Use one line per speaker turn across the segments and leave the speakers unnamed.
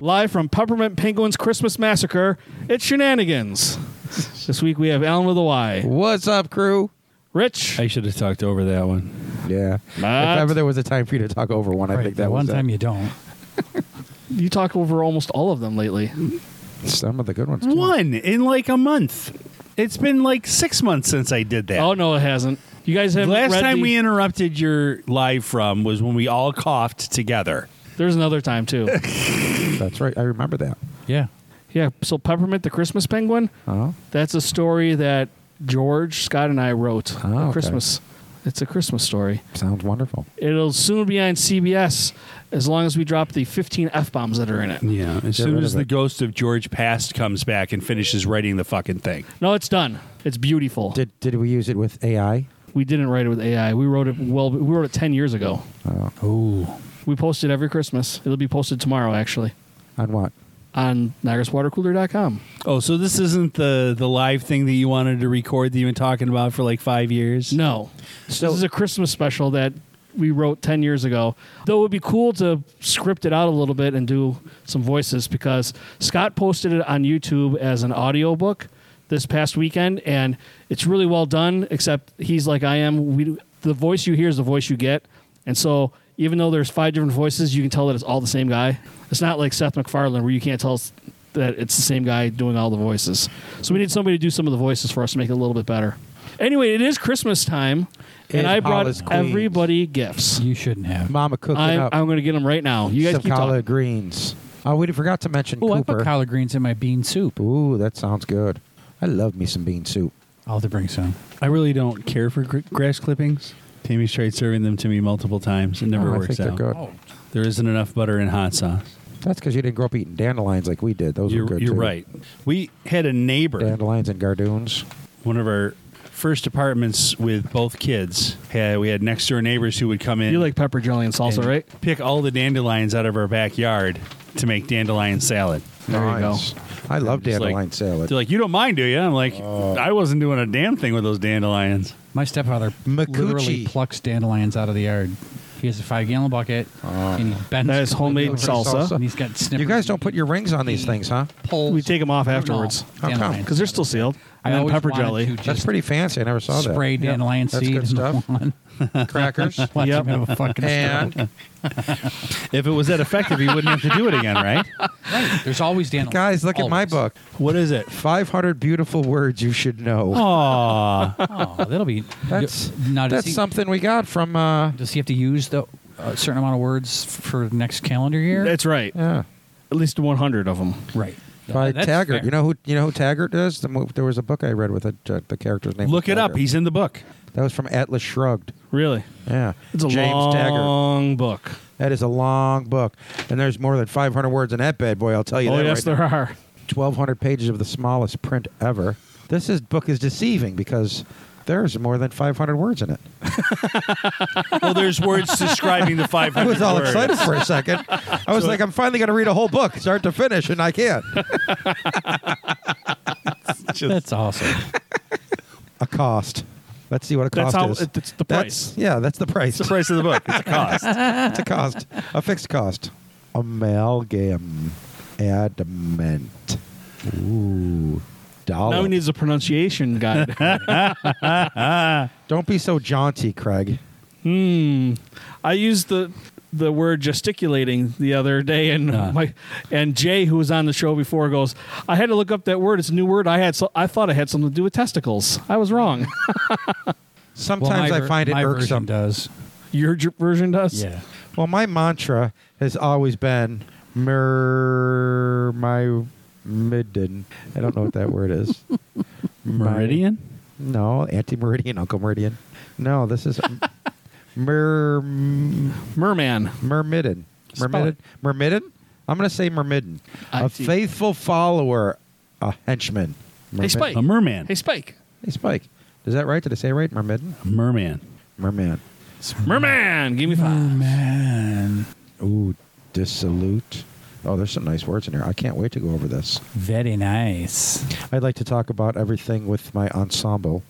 Live from Peppermint Penguin's Christmas Massacre, it's Shenanigans. this week we have Alan with a Y.
What's up, crew?
Rich.
I should have talked over that one.
Yeah.
Matt.
If ever there was a time for you to talk over one, I
Right,
think
the
that
one
was uh, it.
time you don't.
You talk over almost all of them lately.
some of the good ones. too.
One in like a month.
It's been like six months since I did that.
Oh no, it hasn't. You guys haven't.
Last
read
time
the-
we interrupted your live from was when we all coughed together.
There's another time too.
That's right. I remember that.
Yeah.
yeah. So Peppermint the Christmas Penguin.
Oh,
That's a story that George Scott and I wrote.
Oh,
Ah,
at
okay.
Christmas. It's a Christmas story.
sounds wonderful.
It'll soon be on CBS as long as we drop the 15 f bombs that are in it.
Yeah. As
Get
soon
rid
as
of
the
it.
ghost of George Past comes back and finishes writing the fucking thing.
No, it's done. It's beautiful.
Did did we use it with AI?
we didn't write it with AI. We wrote it well. We wrote it 10 years ago.
Oh.
We post it every Christmas. It'll be posted tomorrow actually
On what?
on niagaraswatercooler.com.
Oh, so this isn't the the live thing that you wanted to record that you've been talking about for like five years?
No. this is a Christmas special that we wrote 10 years ago. Though it would be cool to script it out a little bit and do some voices because Scott posted it on YouTube as an audiobook this past weekend and it's really well done except he's like I am we the voice you hear is the voice you get. And so even though there's five different voices, you can tell that it's all the same guy. It's not like Seth MacFarlane where you can't tell s- that it's the same guy doing all the voices. So we need somebody to do some of the voices for us to make it a little bit better. Anyway, it is Christmas time, and
In
I brought
Hollis, Queens.
everybody gifts.
You shouldn't have.
Mama cooking
I'm,
up
I'm going to get them right now. You guys
some
keep
collard
talking.
greens. Oh, we forgot to mention
Oh, I
Cooper.
put collard greens in my bean soup.
Ooh, that sounds good. I love me some bean soup.
I'll have to bring some.
I really don't care for gr- grass clippings. Tammy's tried serving them to me multiple times. It never
Oh, I
works
think they're
out.
good.
There isn't enough butter and hot sauce.
That's because you didn't grow up eating dandelions like we did. Those were
You're,
good.
you're
too.
right. We had a neighbor.
Dandelions and gardoons.
one of our first apartments with both kids. Had, we had next door neighbors who would come in.
You like pepper jelly and salsa,
and
right?
Pick all the dandelions out of our backyard to make dandelion salad.
There you go.
Nice. I love
Just
dandelion
like-
salad.
They're like, you don't mind, do you? I'm like,
Oh.
I wasn't doing a damn thing with those dandelions.
My stepfather
Macucci.
literally plucks dandelions out of the yard. He has a five gallon bucket
Ah.
and he bends
That is
completely
homemade
over
salsa.
himself, And he's got snippers.
You guys don't put your rings on these things, huh?
poles.
We take 'em off afterwards. How
come?
Because they're still sealed. And then pepper jelly.
That's pretty fancy. I never saw that.
Spray dandelion
That's
seed
good
in
stuff.
the lawn.
Crackers.
Watch
Yep.
him have a fucking stroke.
and
If it was that effective, you wouldn't have to do it again, right?
Right. There's always dandelions.
guys, look at my
Always.
book.
What is it?
500 beautiful words you should know.
Aw.
Oh, that'll be.
that's
now, does
that's
he,
something we got from. Uh,
Does he have to use the a certain amount of words f- for the next calendar year?
That's right.
yeah.
At least 100 of them.
right.
By
That's
Taggart,
fair.
you know who you know who Taggart is. The mo- there was a book I read with a, the character's name. was
Look it up.
Taggart.
He's in the book.
that was from Atlas Shrugged.
Really? Oh,
Yeah,
It's a
James Taggart.
long book.
That is a long book, and there's more than 500 words in that bad boy. I'll tell you
Oh,
that.
yes,
right
there
now.
are.
1,200 pages of the smallest print ever. This is, book is deceiving because there's more than 500 words in it.
Well, there's words describing the 500
I was all
words.
excited for a second. I was like, I'm finally going to read a whole book, start to finish, and I can't.
That's awesome.
A cost. Let's see what a
That's
cost
how
is.
it- it's the
That's-
price.
Yeah, that's the price.
It's the price of the book. It's a cost.
it's a cost. A fixed cost. Amalgam. Adamant. Ooh. Dollar.
Now he needs a pronunciation guide.
Don't be so jaunty, Craig.
Hmm. I used the the word gesticulating the other day, and
Uh-huh.
my and Jay, who was on the show before, goes, "I had to look up that word. It's a new word. I had so I thought it had something to do with testicles. I was wrong.
Well,
Sometimes
my
I
ver-
find it
my
irksome.
version does.
Your j- version does.
Yeah.
Well, my mantra has always been mer my midden. I don't know what that word is. My-
Meridian?
no, anti meridian, Uncle Meridian. No, this is um, mer
Merman.
mermidden.
Spell
Mermidden.
it.
Mermidden. I'm going to say mermidden.
I
A
see.
faithful follower, a henchman.
Hey
Mermid-
Spike.
A merman.
Hey Spike.
Hey, Spike. Is that right? Did I say it right? Mermidden.
merman.
Merman.
Merman. Give me five.
Man.
Ooh, dissolute. Oh, there's some nice words in here. I can't wait to go over this.
Very nice.
I'd like to talk about everything with my ensemble,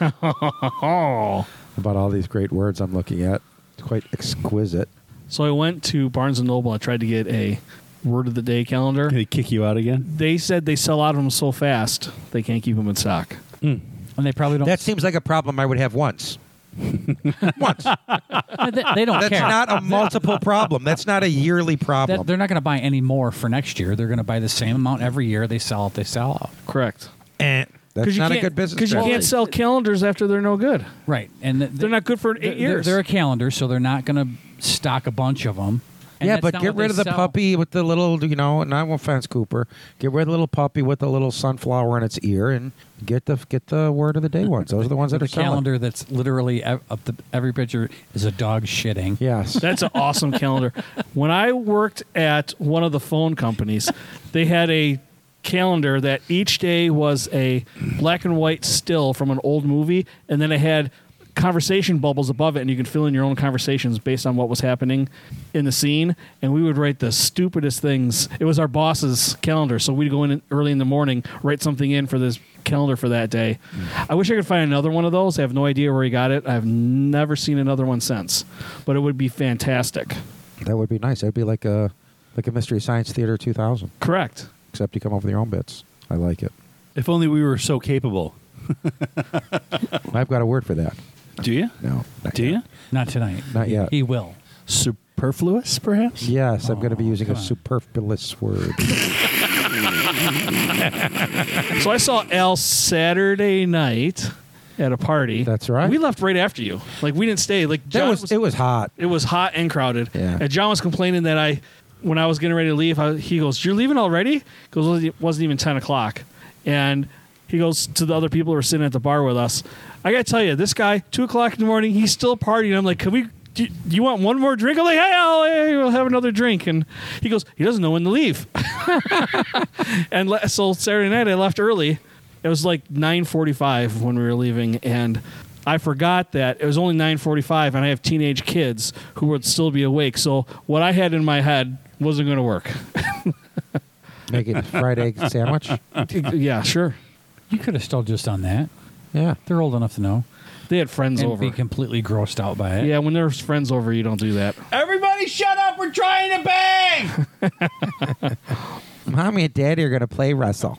Oh.
about all these great words I'm looking at. It's quite exquisite.
So I went to Barnes and Noble. I tried to get a word of the day calendar.
Can they kick you out again?
They said they sell out of them so fast they can't keep them in stock.
And they probably don't.
That seems like a problem I would have once. once.
they, they don't
That's
care.
not a multiple problem. That's not a yearly
That-
problem.
they're not going to buy any more for next year. They're going to buy the same amount every year. They sell out. They sell out.
Correct.
Eh. That's not a good business.
Because you
strategy.
can't sell calendars after they're no good.
Right. And th-
They're not good for 8
they're,
years.
They're a calendar, so they're not going to stock a bunch of them.
yeah, but get rid of the puppy with the little, you know, no offense, Cooper. Get rid of the little puppy with the little sunflower in its ear, and get the get the word of the day ones. Those are the ones that
The
are selling.
calendar that's literally ev- up the, every picture is a dog shitting.
Yes.
That's an awesome calendar. When I worked at one of the phone companies, they had a calendar that each day was a black and white still from an old movie, and then it had conversation bubbles above it, and you could fill in your own conversations based on what was happening in the scene. And we would write the stupidest things. It was our boss's calendar, so we'd go in early in the morning, write something in for this calendar for that day. I wish I could find another one of those. I have no idea where he got it. I've never seen another one since, but it would be fantastic.
that would be nice. That'd be like a like a mystery science theater 2000,
Correct.
except you come up with your own bits. I like it.
If only we were so capable.
I've got a word for that.
Do you?
No. not
Do
yet.
you?
Not tonight.
Not yet.
He will.
Superfluous, perhaps?
Yes, I'm
Oh,
going to be using a
come on.
superfluous word.
So I saw Al Saturday night at a party.
That's right.
We left right after you. Like we didn't stay. Like
that
John
was,
was,
it was hot.
it was hot and crowded.
Yeah.
And John was complaining that I, when I was getting ready to leave, I, he goes, "You're leaving already?" He Goes, "Well, "It wasn't even ten o'clock," and he goes to the other people who were sitting at the bar with us. I gotta tell you, this guy, two o'clock in the morning, he's still partying. I'm like, "Can we?" Do do you want one more drink? I'm like, hey, I'll, hey, we'll have another drink. And he goes, he doesn't know when to leave. and le- so Saturday night I left early. It was like 9:45 when we were leaving, and I forgot that it was only 9:45, and I have teenage kids who would still be awake. So what I had in my head wasn't going to work.
Make it fried egg sandwich.
yeah, sure.
You could have still just done that.
Yeah.
They're old enough to know.
They had friends
and
over.
be completely grossed out by it.
yeah, when there's friends over, you don't do that.
Everybody shut up! We're trying to bang!
Mommy and daddy are going to play wrestle.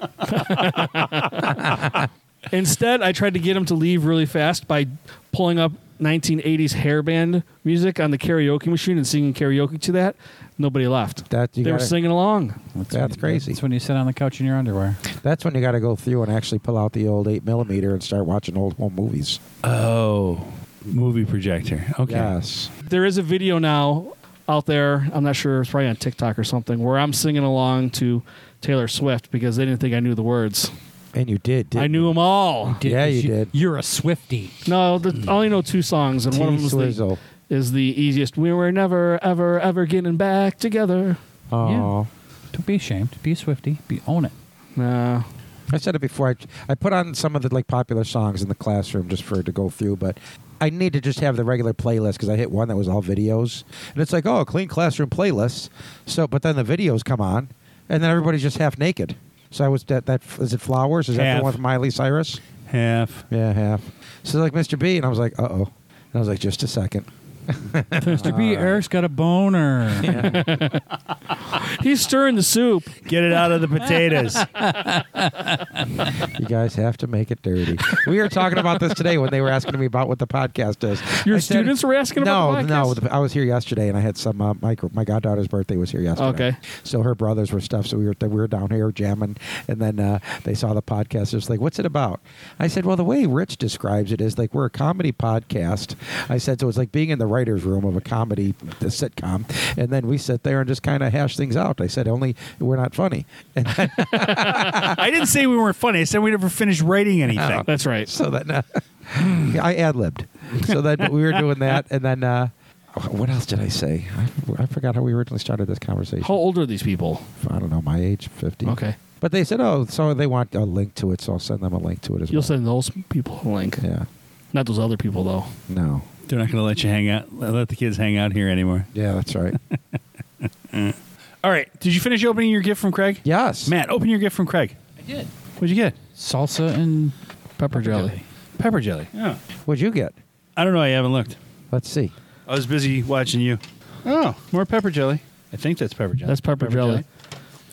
Instead, I tried to get him to leave really fast by pulling up 1980s hair band music on the karaoke machine and singing karaoke to that. Nobody left.
That you
they were
gotta-
singing along.
That's crazy.
That's when you sit on the couch in your underwear.
That's when you got to go through and actually pull out the old eight millimeter and start watching old home movies.
Oh, movie projector. Okay.
Yes.
there is a video now out there. I'm not sure. It's probably on TikTok or something where I'm singing along to Taylor Swift because they didn't think I knew the words.
And you did. Didn't
I knew them all.
Yeah, you
Because
did.
You're a Swifty.
No, the, I only know two songs, and
you?
one of
Tea
them is the,
Swizzle.
is the easiest. We were never, ever, ever getting back together.
Oh.
Don't be ashamed. Be a Swifty. Be own it.
No.
I said it before. I, I put on some of the like popular songs in the classroom just for it to go through, but I need to just have the regular playlist because I hit one that was all videos, and it's like, oh, clean classroom playlist. So, but then the videos come on, and then everybody's just half naked. So I was that that is it flowers? Is that the
Half.
one with Miley Cyrus?
Half.
Yeah, half. So like Mr. B, and I was like, uh oh, and I was like, just a second.
Mr. B. Eric's got a boner.
He's stirring the soup.
Get it out of the potatoes.
You guys have to make it dirty. we were talking about this today when they were asking me about what the podcast is.
Your
I said-
students were asking
no,
about the
No,
podcast?
I was here yesterday, and I had some. Uh, my my goddaughter's birthday was here yesterday.
Okay.
So her brothers were stuff. So we were we were down here jamming, and then uh, they saw the podcast. It was like, "What's it about?" I said, "Well, the way Rich describes it is like we're a comedy podcast." I said, "So it's like being in the writers' room of a comedy the sitcom, and then we sit there and just kind of hash things out." I said, "Only we're not funny." And
I didn't say we weren't funny. I said we never finished writing anything.
That's right.
so then uh, I ad libbed. So then we were doing that, and then uh, what else did I say? I, I forgot how we originally started this conversation.
How old are these people?
I don't know, my age, 50.
Okay.
But they said, oh, so they want a link to it, so I'll send them a link to it as
You'll
well.
send those people a link.
Yeah.
Not those other people, though.
No.
They're not going to let you hang out, let the kids hang out here anymore.
Yeah, that's right.
All right. Did you finish opening your gift from Craig?
yes.
Matt, open your gift from Craig.
I did.
What'd you get?
Salsa and
Pepper, jelly.
Pepper jelly. Yeah.
What'd you get?
I don't know. I haven't looked.
Let's see.
I was busy watching you. Oh, more pepper jelly. I think that's pepper jelly.
That's pepper, jelly.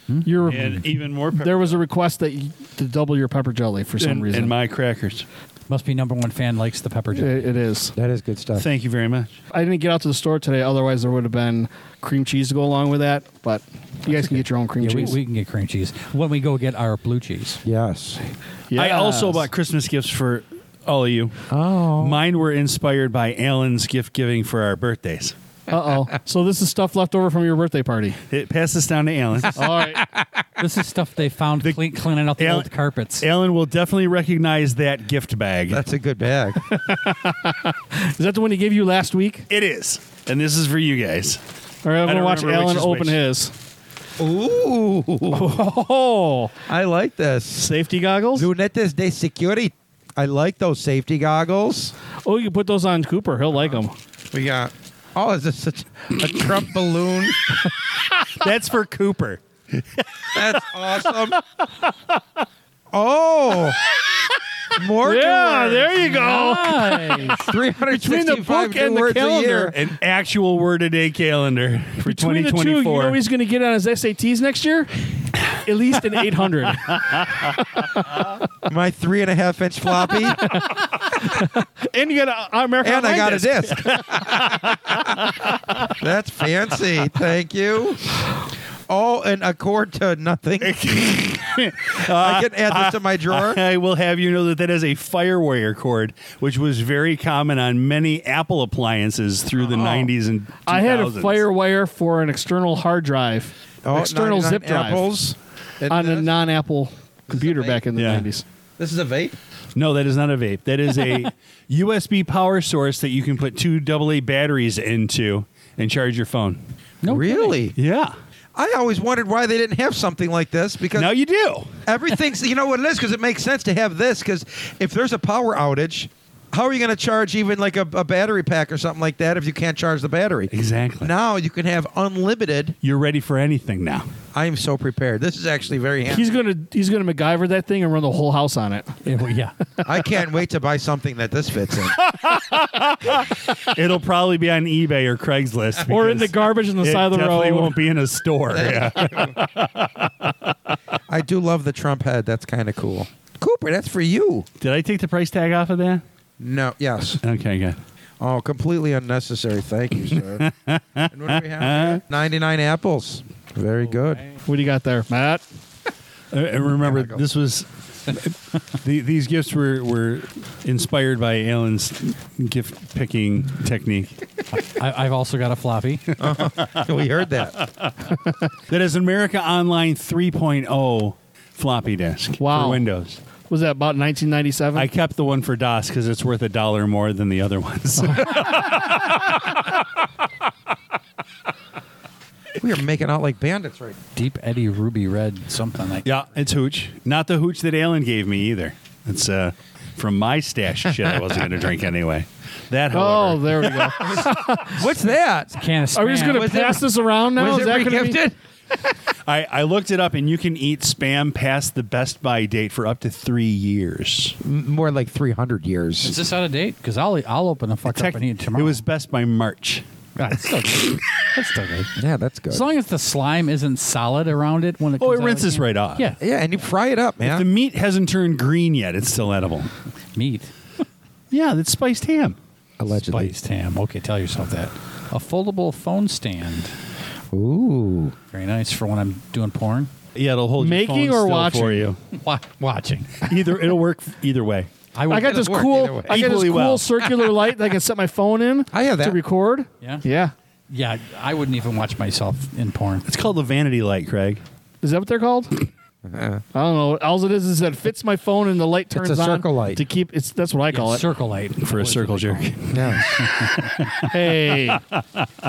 Hmm?
Your
and even more pepper
there was a request that you, to double your pepper jelly for some
and,
reason.
and my crackers.
Must be number one fan likes the pepper
It-
jelly.
it is.
That is good stuff.
Thank you very much.
I didn't get out to the store today. Otherwise, there would have been cream cheese to go along with that. But you guys can get your own cream
Yeah, we,
cheese.
we can get cream cheese when we go get our blue cheese.
yes.
I also
Yes.
bought Christmas gifts for all of you.
Oh.
Mine were inspired by Alan's gift giving for our birthdays.
Uh oh. So this is stuff left over from your birthday party.
It passes down to Alan.
All right.
This is stuff they found clean, cleaning out the
Ale-
old carpets.
Alan will definitely recognize that gift bag.
That's a good bag.
Is that the one he gave you last week?
it is. And this is for you guys.
All right, I'm
I
gonna
don't
watch
remember
Alan
which is
open
which.
his.
Ooh.
Oh,
I like this.
safety goggles.
Lunettes de security. I like those safety goggles.
Oh, you can put those on Cooper. He'll
Uh-huh.
like them.
We got. Oh, is this such a Trump balloon?
That's for Cooper.
That's awesome. Oh. More
Yeah, there you go.
Ah. Nice.
365
Between the book
new
and the
words a year.
calendar.
An actual word a day calendar for
Between the two, you
2024.
know he's going to get on his SATs next year? At least an 800.
My three and a half inch floppy, and
and you got an American
I
Online
got a
disc.
disc. That's fancy. Thank you. Oh, All in accord to nothing. I can add this to my drawer.
I will have you know that that is a firewire cord, which was very common on many Apple appliances through the 90s and 2000s.
Oh. I had a FireWire for an external hard drive,
Oh,
external
99
zip drive
apples. And
on a
this-
non-Apple computer back in the
Yeah.
90s.
This is a vape.
No, that is not a vape. That is a USB power source that you can put two AA batteries into and charge your phone.
No
really?
Yeah.
I always wondered why they didn't have something like this because
Now you do.
everything's you know what it is because it makes sense to have this because if there's a power outage how are you going to charge even like a, a battery pack or something like that if you can't charge the battery
Exactly.
now you can have unlimited
You're ready for anything now.
i am so prepared this is actually very handy
He's going to he's going to MacGyver that thing and run the whole house on it.
Yeah, well, yeah.
i can't wait to buy something that this fits in
It'll probably be on eBay or Craigslist.
Or in the
because
garbage on the
it
side of the
definitely
road.
won't be in a store. Yeah.
i do love the trump head that's kind of cool cooper that's for you
Did I take the price tag off of that?
no yes
Okay, good.
oh completely unnecessary thank you sir and what do we have 99 apples very
Oh,
good
What do you got there, Matt?
Uh, And remember, this was the, these gifts were were inspired by Alan's gift picking technique.
I, I've also got a floppy.
we heard that
That is America Online 3.0 floppy disk
Wow.
for Windows.
Was that about 1997?
I kept the one for DOS because it's worth a dollar more than the other ones.
we are making out like bandits right
Deep Eddie Ruby Red something like
yeah, it's hooch. Not the hooch that Alan gave me either. It's uh, from my stash of shit I wasn't going to drink anyway. That,
oh,
however,
there we go.
What's that?
Can of
Are we just
spam.
going to
Was it-
pass this around now?
Was
Is
it
that gonna be-
regifted?
I, I looked it up, and you can eat spam past the best by date for up to three years.
More like 300
Is
years.
this out of date? Because I'll I'll open the fuck
Tech-
up and eat it tomorrow.
It was best by March.
God, it's still good. That's still good.
Yeah, that's good.
As long as the slime isn't solid around it when it
Oh,
comes
it
out
rinses
again.
right off.
Yeah,
yeah, and you fry it up,
If the
man.
meat hasn't turned green yet, it's still edible.
meat.
Yeah, that's spiced ham.
Allegedly.
Spiced ham. Okay, tell yourself that. A foldable phone stand.
Ooh.
Very nice for when I'm doing porn.
Yeah, it'll hold
Making
your phone
or
still
watching?
for you.
Wa- watching.
Either it'll work either way.
will-
I got this
It'll work either
cool.
way.
I got this
Equally
cool
well.
circular light that I can set my phone in.
I have
to
that.
record.
Yeah?
yeah.
Yeah, I wouldn't even watch myself in porn.
It's called the vanity light, Craig.
Is that what they're called? I don't know. All it is is that it fits my phone and the light turns
Uh-huh. a
on
circle light.
to keep. It's that's what I call
Yeah,
it.
Circle light.
For a circle jerk.
Yeah.
hey,
A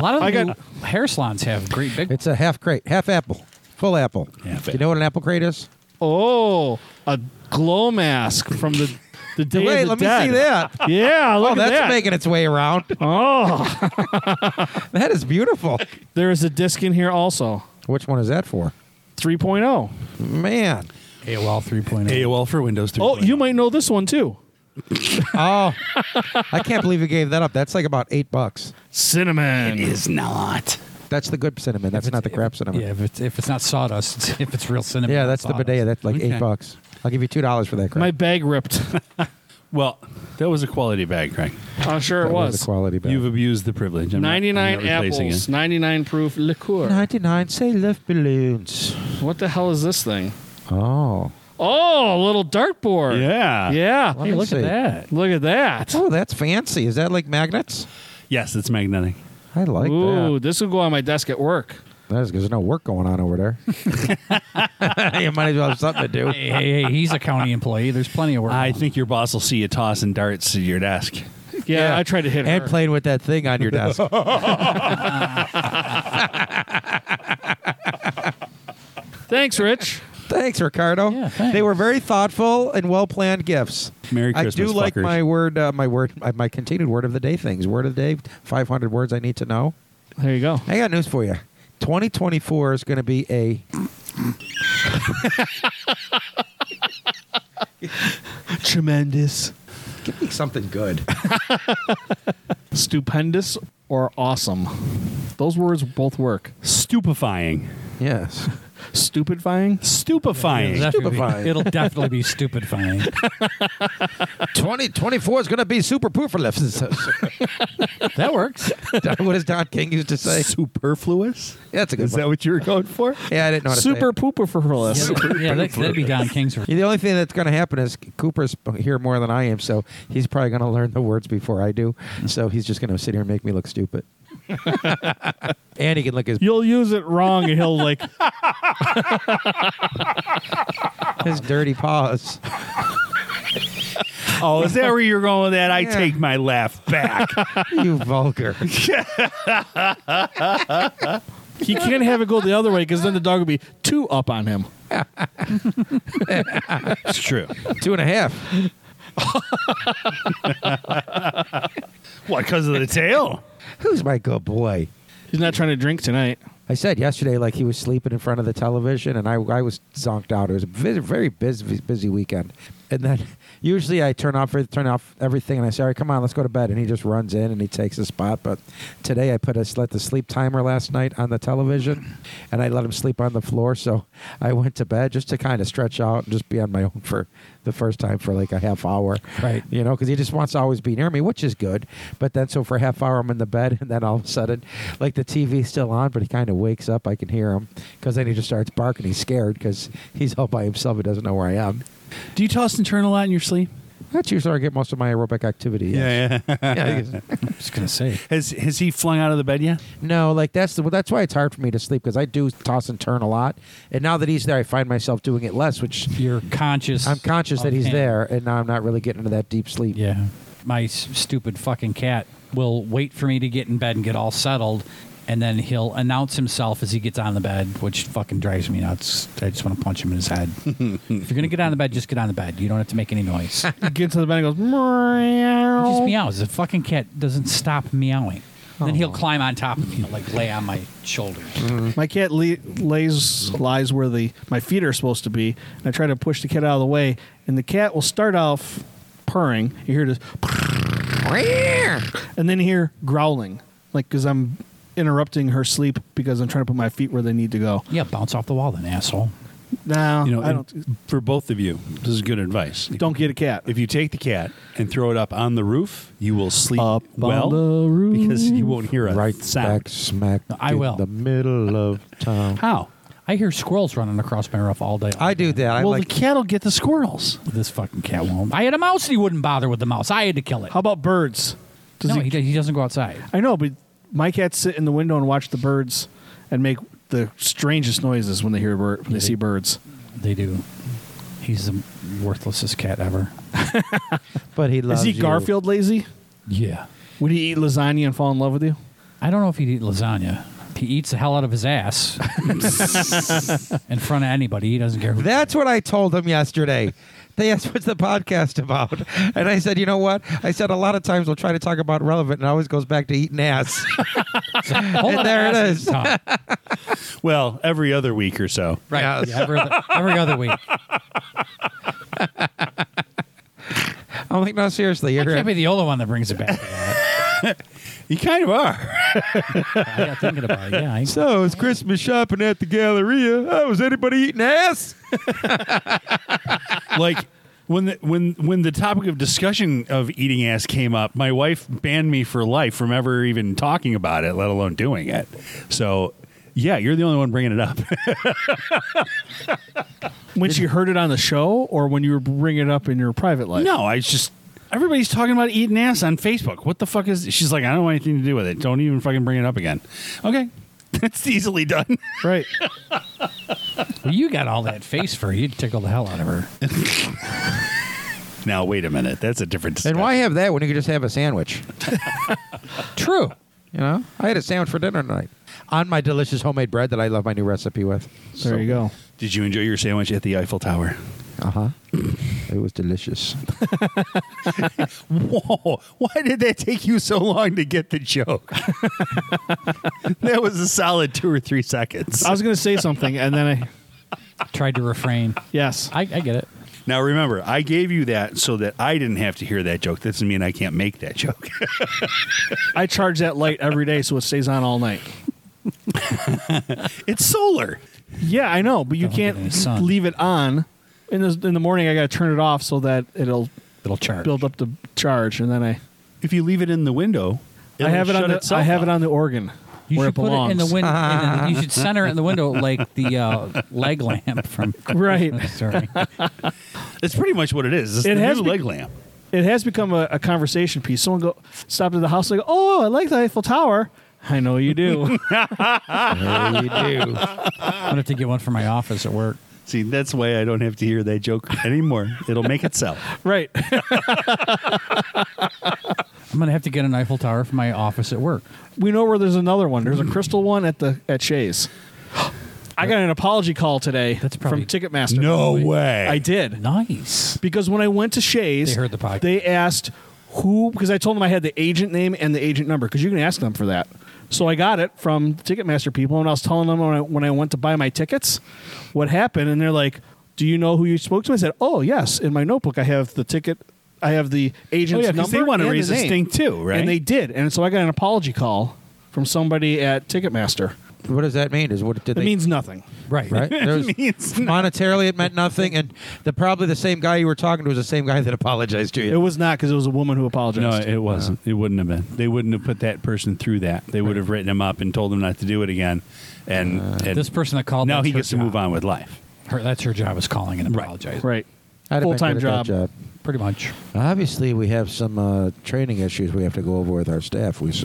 lot of
I
I
got-
hair salons have great big.
it's a half crate, half apple, full apple.
Half
you know what an apple crate is?
oh, a glow mask from the the day
Wait,
of the
let
dead.
me see that.
Yeah, look
oh,
at
that's
that.
making its way around.
oh,
That is beautiful.
there is a disc in here also. oh.
Which one is that for?
3.0.
Man.
AOL 3.0.
AOL for Windows 3.
Oh, you might know this one too.
Oh, I can't believe you gave that up. That's like about eight bucks.
Cinnamon.
is not.
That's the good cinnamon. That's
If
not the
it's-
crap
if-
cinnamon.
Yeah,
Yeah,
if it's if it's not sawdust, it's, if it's real cinnamon. not
that's the
sawdust.
bidet. That's like
Okay.
eight bucks. I'll give you two dollars for that crap.
My bag ripped.
Well, that was a quality bag, Craig.
I'm sure it
That was
was.
a quality bag.
You've abused the privilege. I'm not- I'm
99
not replacing
apples,
it.
99 proof liqueur.
99 say left balloons.
What the hell is this thing?
Oh.
Oh, a little dartboard.
Yeah.
Yeah.
Let
Hey,
me
look
see.
at that.
Look at that.
Oh, that's fancy. Is that like magnets?
Yes, it's magnetic.
I like
Ooh,
that.
this will go on my desk at work.
That is because there's no work going on over there. you might as well have something to do.
Hey, hey, hey, he's a county employee. There's plenty of work.
I
on.
think your boss will see you tossing darts to your desk.
Yeah, I tried to hit
and
her.
playing with that thing on your desk.
Thanks, Rich.
thanks, Ricardo.
Yeah, thanks.
They were very thoughtful and well planned gifts.
Merry
I
Christmas,
do like
fuckers.
my word, uh, my word, my, my continued word of the day things. Word of the day, 500 words I need to know.
There you go.
I got news for you. 2024 is going to be a.
Tremendous.
Give me something good.
Stupendous or awesome. Those words both work.
Stupefying.
yes.
Stupidfying?
Stupefying.
It'll definitely be-
Stupefying.
It'll definitely be stupefying.
2024 is going to be super pooperless.
that works.
what does Don King used to say?
Superfluous?
That's a good
Is
one.
that what you were going for?
yeah, I didn't know how to say
Super
it.
pooper for less.
yeah, that, that'd be Don King's.
Yeah, The only thing that's going to happen is Cooper's here more than I am, so he's probably going to learn the words before I do. So he's just going to sit here and make me look stupid. and he can look his,
You'll use it wrong and he'll like
his dirty paws.
Oh, is that where you're going with that? I
Yeah.
take my laugh back.
You vulgar.
he can't have it go the other way because then the dog would be too up on him.
it's true.
Two and a half.
What, because of the tail?
Who's my good boy?
He's not trying to drink tonight.
I said yesterday, like he was sleeping in front of the television, and I, I was zonked out. It was a busy, very busy, busy weekend. And then usually I turn off turn off everything, and I say, "All right, come on, let's go to bed." And he just runs in and he takes his spot. But today I put a let the sleep timer last night on the television, and I let him sleep on the floor. So I went to bed just to kind of stretch out and just be on my own for the first time for like a half hour.
Right.
You know, because he just wants to always be near me, which is good. But then, so for a half hour, I'm in the bed, and then all of a sudden, like the TV's still on, but he kind of wakes up. I can hear him because then he just starts barking. He's scared because he's all by himself and doesn't know where I am.
Do you toss and turn a lot in your sleep?
That's usually where I get most of my aerobic activity. yes.
Yeah, yeah.
Yeah, I guess.
I'm just gonna say.
has, has he flung out of the bed yet?
no, like that's the, well, that's why it's hard for me to sleep because I do toss and turn a lot, and now that he's there, I find myself doing it less, which
You're conscious.
I'm conscious that
of
he's
him.
there, and now I'm not really getting into that deep sleep.
Yeah. My s- stupid fucking cat will wait for me to get in bed and get all settled, and then he'll announce himself as he gets on the bed, which fucking drives me nuts. I just want to punch him in his head. if you're gonna get on the bed, just get on the bed. You don't have to make any noise. He
He gets to the bed and goes, meow.
just meows. The fucking cat doesn't stop meowing. Then
Oh.
he'll climb on top of me, like lay on my shoulders.
Mm.
My cat le- lays lies where the my feet are supposed to be, and I try to push the cat out of the way, and the cat will start off purring. You hear this, and then you hear growling, like because I'm interrupting her sleep because I'm trying to put my feet where they need to go.
Yeah, bounce off the wall, then asshole.
No,
You know,
I
and
don't.
for both of you, this is good advice.
Don't get a cat.
If you take the cat and throw it up on the roof, you will sleep
Up on
well
the roof.
because you won't hear a
Right
sound.
back smack
I
in
will.
the middle of town.
How?
I hear squirrels running across my roof all day.
I do that. I
well,
like
the cat will get the squirrels.
This fucking cat won't. I had a mouse and he wouldn't bother with the mouse. I had to kill it.
How about birds? Does
no,
he-
he, he doesn't go outside.
I know, but my cats sit in the window and watch the birds and make the strangest noises when they hear bird, when they
Yeah,
see
they-
birds.
They do. He's the worthlessest cat ever.
But he
Is
loves
he
you.
Garfield lazy?
Yeah.
Would he eat lasagna and fall in love with you?
I don't know if he'd eat lasagna. He eats the hell out of his ass in front of anybody. He doesn't care. Who
That's what I told him yesterday. They asked what's the podcast about, and I said, you know what? I said a lot of times we'll try to talk about relevant, and it always goes back to eating ass.
Hold
And
on,
there it
ass
is.
tongue.
Well, every other week or so.
right.
Yeah, every, other, every other week.
I'm like, no, seriously,
I
you're
can't be the only one that brings it back.
You kind of are.
I got thinking about it. Yeah, I,
So it's Christmas shopping at the Galleria. Oh, is anybody eating ass?
like when the when when the topic of discussion of eating ass came up, my wife banned me for life from ever even talking about it, let alone doing it. So, yeah, you're the only one bringing it up.
When she heard it on the show, or when you were bringing it up in your private life?
no, I just everybody's talking about eating ass on Facebook. What the fuck is? She's like, I don't want anything to do with it. Don't even fucking bring it up again. Okay, that's easily done.
right.
well, you got all that face for her. You'd tickle the hell out of her.
Now wait a minute, that's a different. Discussion.
And why have that when you could just have a sandwich?
True.
You know, I had a sandwich for dinner tonight on my delicious homemade bread that I love my new recipe with.
There you go.
Did you enjoy your sandwich at the Eiffel Tower?
Uh huh. it was delicious.
Whoa! Why did that take you so long to get the joke? that was a solid two or three seconds.
I was going to say something, and then I.
Tried to refrain.
Yes.
I, I get it.
Now remember, I gave you that so that I didn't have to hear that joke. That doesn't mean I can't make that joke.
I charge that light every day so it stays on all night.
it's solar.
Yeah, I know, but you
Don't get any sun.
can't leave it on. In the, in the morning, I got to turn it off so that it'll
It'll charge.
build up the charge, and then I.
If you leave it in the window,
I have it on
it'll shut
the.
itself
I have it
off.
on the organ
You
where
should
it
put it
belongs.
in the window. and you should center it in the window like the uh, leg lamp from
Right.
Christmas Story.
It's pretty much what it is. It's
It
the
has
new
be-
leg lamp.
it has become a, a conversation piece. Someone go stopped at the house. Like, oh, I like the Eiffel Tower. I know you do.
you do.
I'm gonna have to get one for my office at work.
See, that's why I don't have to hear that joke anymore. It'll make itself.
right.
I'm gonna have to get an Eiffel Tower for my office at work.
We know where there's another one. There's a crystal one at the at Shays. I got an apology call today
That's probably-
from Ticketmaster.
No way.
I did.
Nice.
Because when I went to Shays,
They heard the podcast.
They asked who because I told them I had the agent name and the agent number because you can ask them for that. So I got it from Ticketmaster people, and I was telling them when I, when I went to buy my tickets, what happened, and they're like, "Do you know who you spoke to?" I said, "Oh yes, in my notebook I have the ticket, I have the agent's
Oh, yeah,
number."
'cause they wanna
and the
raise this
name."
thing too, right?
And they did, and so I got an apology call from somebody at Ticketmaster.
What does that mean? Is what did
It
they
means nothing.
Right.
right? There was- monetarily, it meant nothing, and the probably the same guy you were talking to was the same guy that apologized to
It
you.
was not because it was a woman who
No,
apologized.
it wasn't. It wouldn't have been. uh, They wouldn't have put that person through that. They would have written him up and told him not to do it again.
Uh,
And, and
This person that called.
now
that's
he
her
gets to
job.
move on with life.
Her, that's her job is calling and
Right.
apologizing.
right.
I'd have been
Full-time
good at that
job.
Pretty much.
Obviously, we have some uh, training issues we have to go over with our staff. We, s-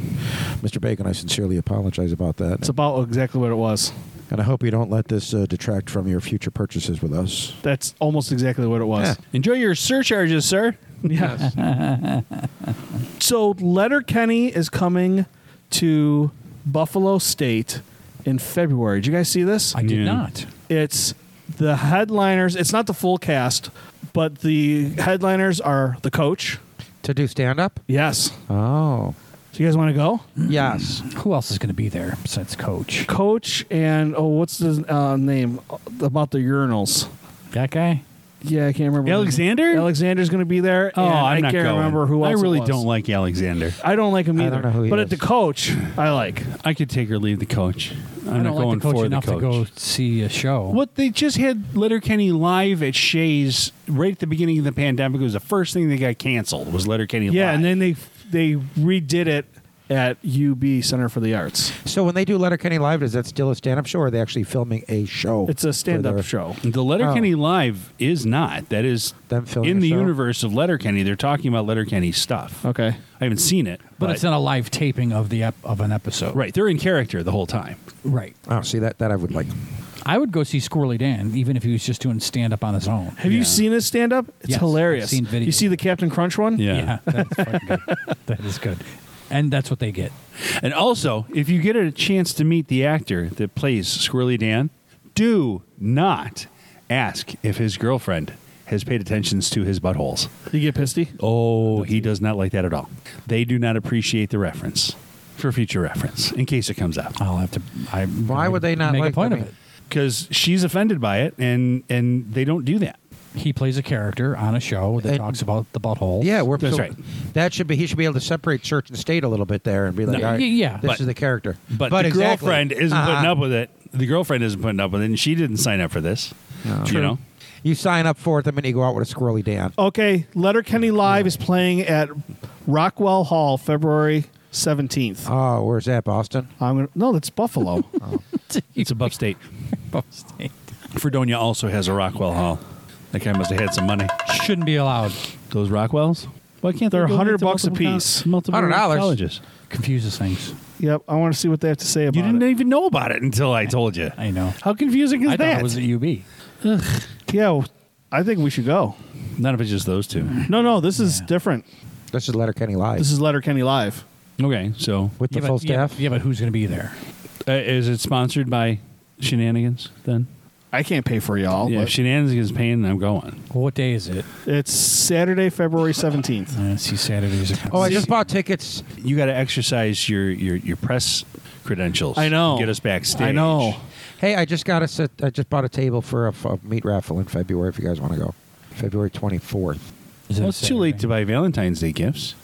Mr. Bacon, I sincerely apologize about that,
It's about exactly what it was.
and I hope you don't let this uh, detract from your future purchases with us.
That's almost exactly what it was.
Yeah.
Enjoy your surcharges, sir.
Yes. so Letterkenny is coming to Buffalo State in February. Did you guys see this?
I did
Yeah.
not.
it's the headliners. It's not the full cast, but the headliners are the coach.
To do stand up?
Yes.
Oh,
So you guys want to go?
yes.
Who else is going to be there besides Coach?
Coach and oh, what's his uh, name about the urinals?
That guy.
Yeah, I can't remember.
Alexander?
Alexander's going to be there.
Oh,
and
I'm
I
not
can't
going.
remember who else.
I
it
really
was.
don't like Alexander.
I don't like him
I
either.
don't know who he
but
is.
at the coach, I like.
I could take or leave the coach. I'm
I
not
don't
going
like the coach
for
enough
the coach.
to go see a show.
What they just had Letterkenny live at Shays right at the beginning of the pandemic. It was the first thing that got canceled was Letterkenny
Yeah,
live.
and then they they redid it at UB Center for the Arts.
So when they do Letterkenny Live, is that still a stand up show, or are they actually filming a show?
It's a stand
for
up
their-
show.
the Letterkenny live is not. That is
Them filming
in
a
the
show?
universe of Letterkenny. They're talking about Letterkenny stuff.
Okay.
I haven't seen it,
But it's not a live taping of the ep- of an episode.
right. They're in character the whole time.
Right.
Oh, see that that I would like.
I would go see Squirrely Dan even if he was just doing stand up on his own.
Have
Yeah.
you seen his stand up? It's
Yes, I've
hilarious.
seen videos.
You see the Captain Crunch one?
Yeah, that's fucking good. that is good. And that's what they get.
And also, if you get a chance to meet the actor that plays Squirrely Dan, do not ask if his girlfriend has paid attentions to his buttholes.
You get pissy?
Oh, he does not like that at all. They do not appreciate the reference for future reference in case it comes up
I'll have to. I,
Why would they not
make
like
a point
them?
of it?
because she's offended by it and and they don't do that.
he plays a character on a show that
And-
talks about the butthole.
Yeah, we're
That's
so
right.
That should be he should be able to separate church and state a little bit there and be like,
No.
all right,
Y- yeah.
this
But-
is the character.
But, Uh-huh. the
exactly.
girlfriend isn't
Uh-uh.
putting up with it. The girlfriend isn't putting up with it, and she didn't sign up for this. You know,
You sign up for it, the minute you go out with a squirrely Dan.
Okay, Letterkenny Live is playing at Rockwell Hall February 17th.
Uh-huh.
Oh, where's that, Boston?
I'm gonna, no, that's Buffalo.
it's above state.
Posting.
Fredonia also has a Rockwell Hall. That guy must have had some money.
Shouldn't be allowed.
Those Rockwells? Why can't
They're
they go
100
into
bucks a
multiple co-
piece.
Multiple
$100.
colleges.
Confuses things.
yep, I want to see what they have to say about
You didn't
it.
even know about it until I told you.
I know.
How confusing is
I thought
that?
it was at UB.
yeah, well, I think we should go.
None of it's just those two.
No, no, this is different.
This is Letterkenny Live
This is Letterkenny Live.
Okay, so
with the
yeah,
full
but, yeah,
staff.
yeah, but who's going to be there?
uh, is it sponsored by Shenanigans then?
I can't pay for y'all.
yeah,
but
if Shenanigans is paying, I'm going.
Well, what day is it?
it's Saturday, February 17th.
Uh, see, Saturdays. Are
Oh, I just bought tickets.
You got to exercise your, your, your press credentials.
I know.
Get us backstage.
I know.
Hey, I just got a set. I just bought a table for a, f- a meat raffle in February. If you guys want to go, February twenty fourth.
Is it
Well,
a
it's too late to buy
Saturday?
Valentine's Day gifts.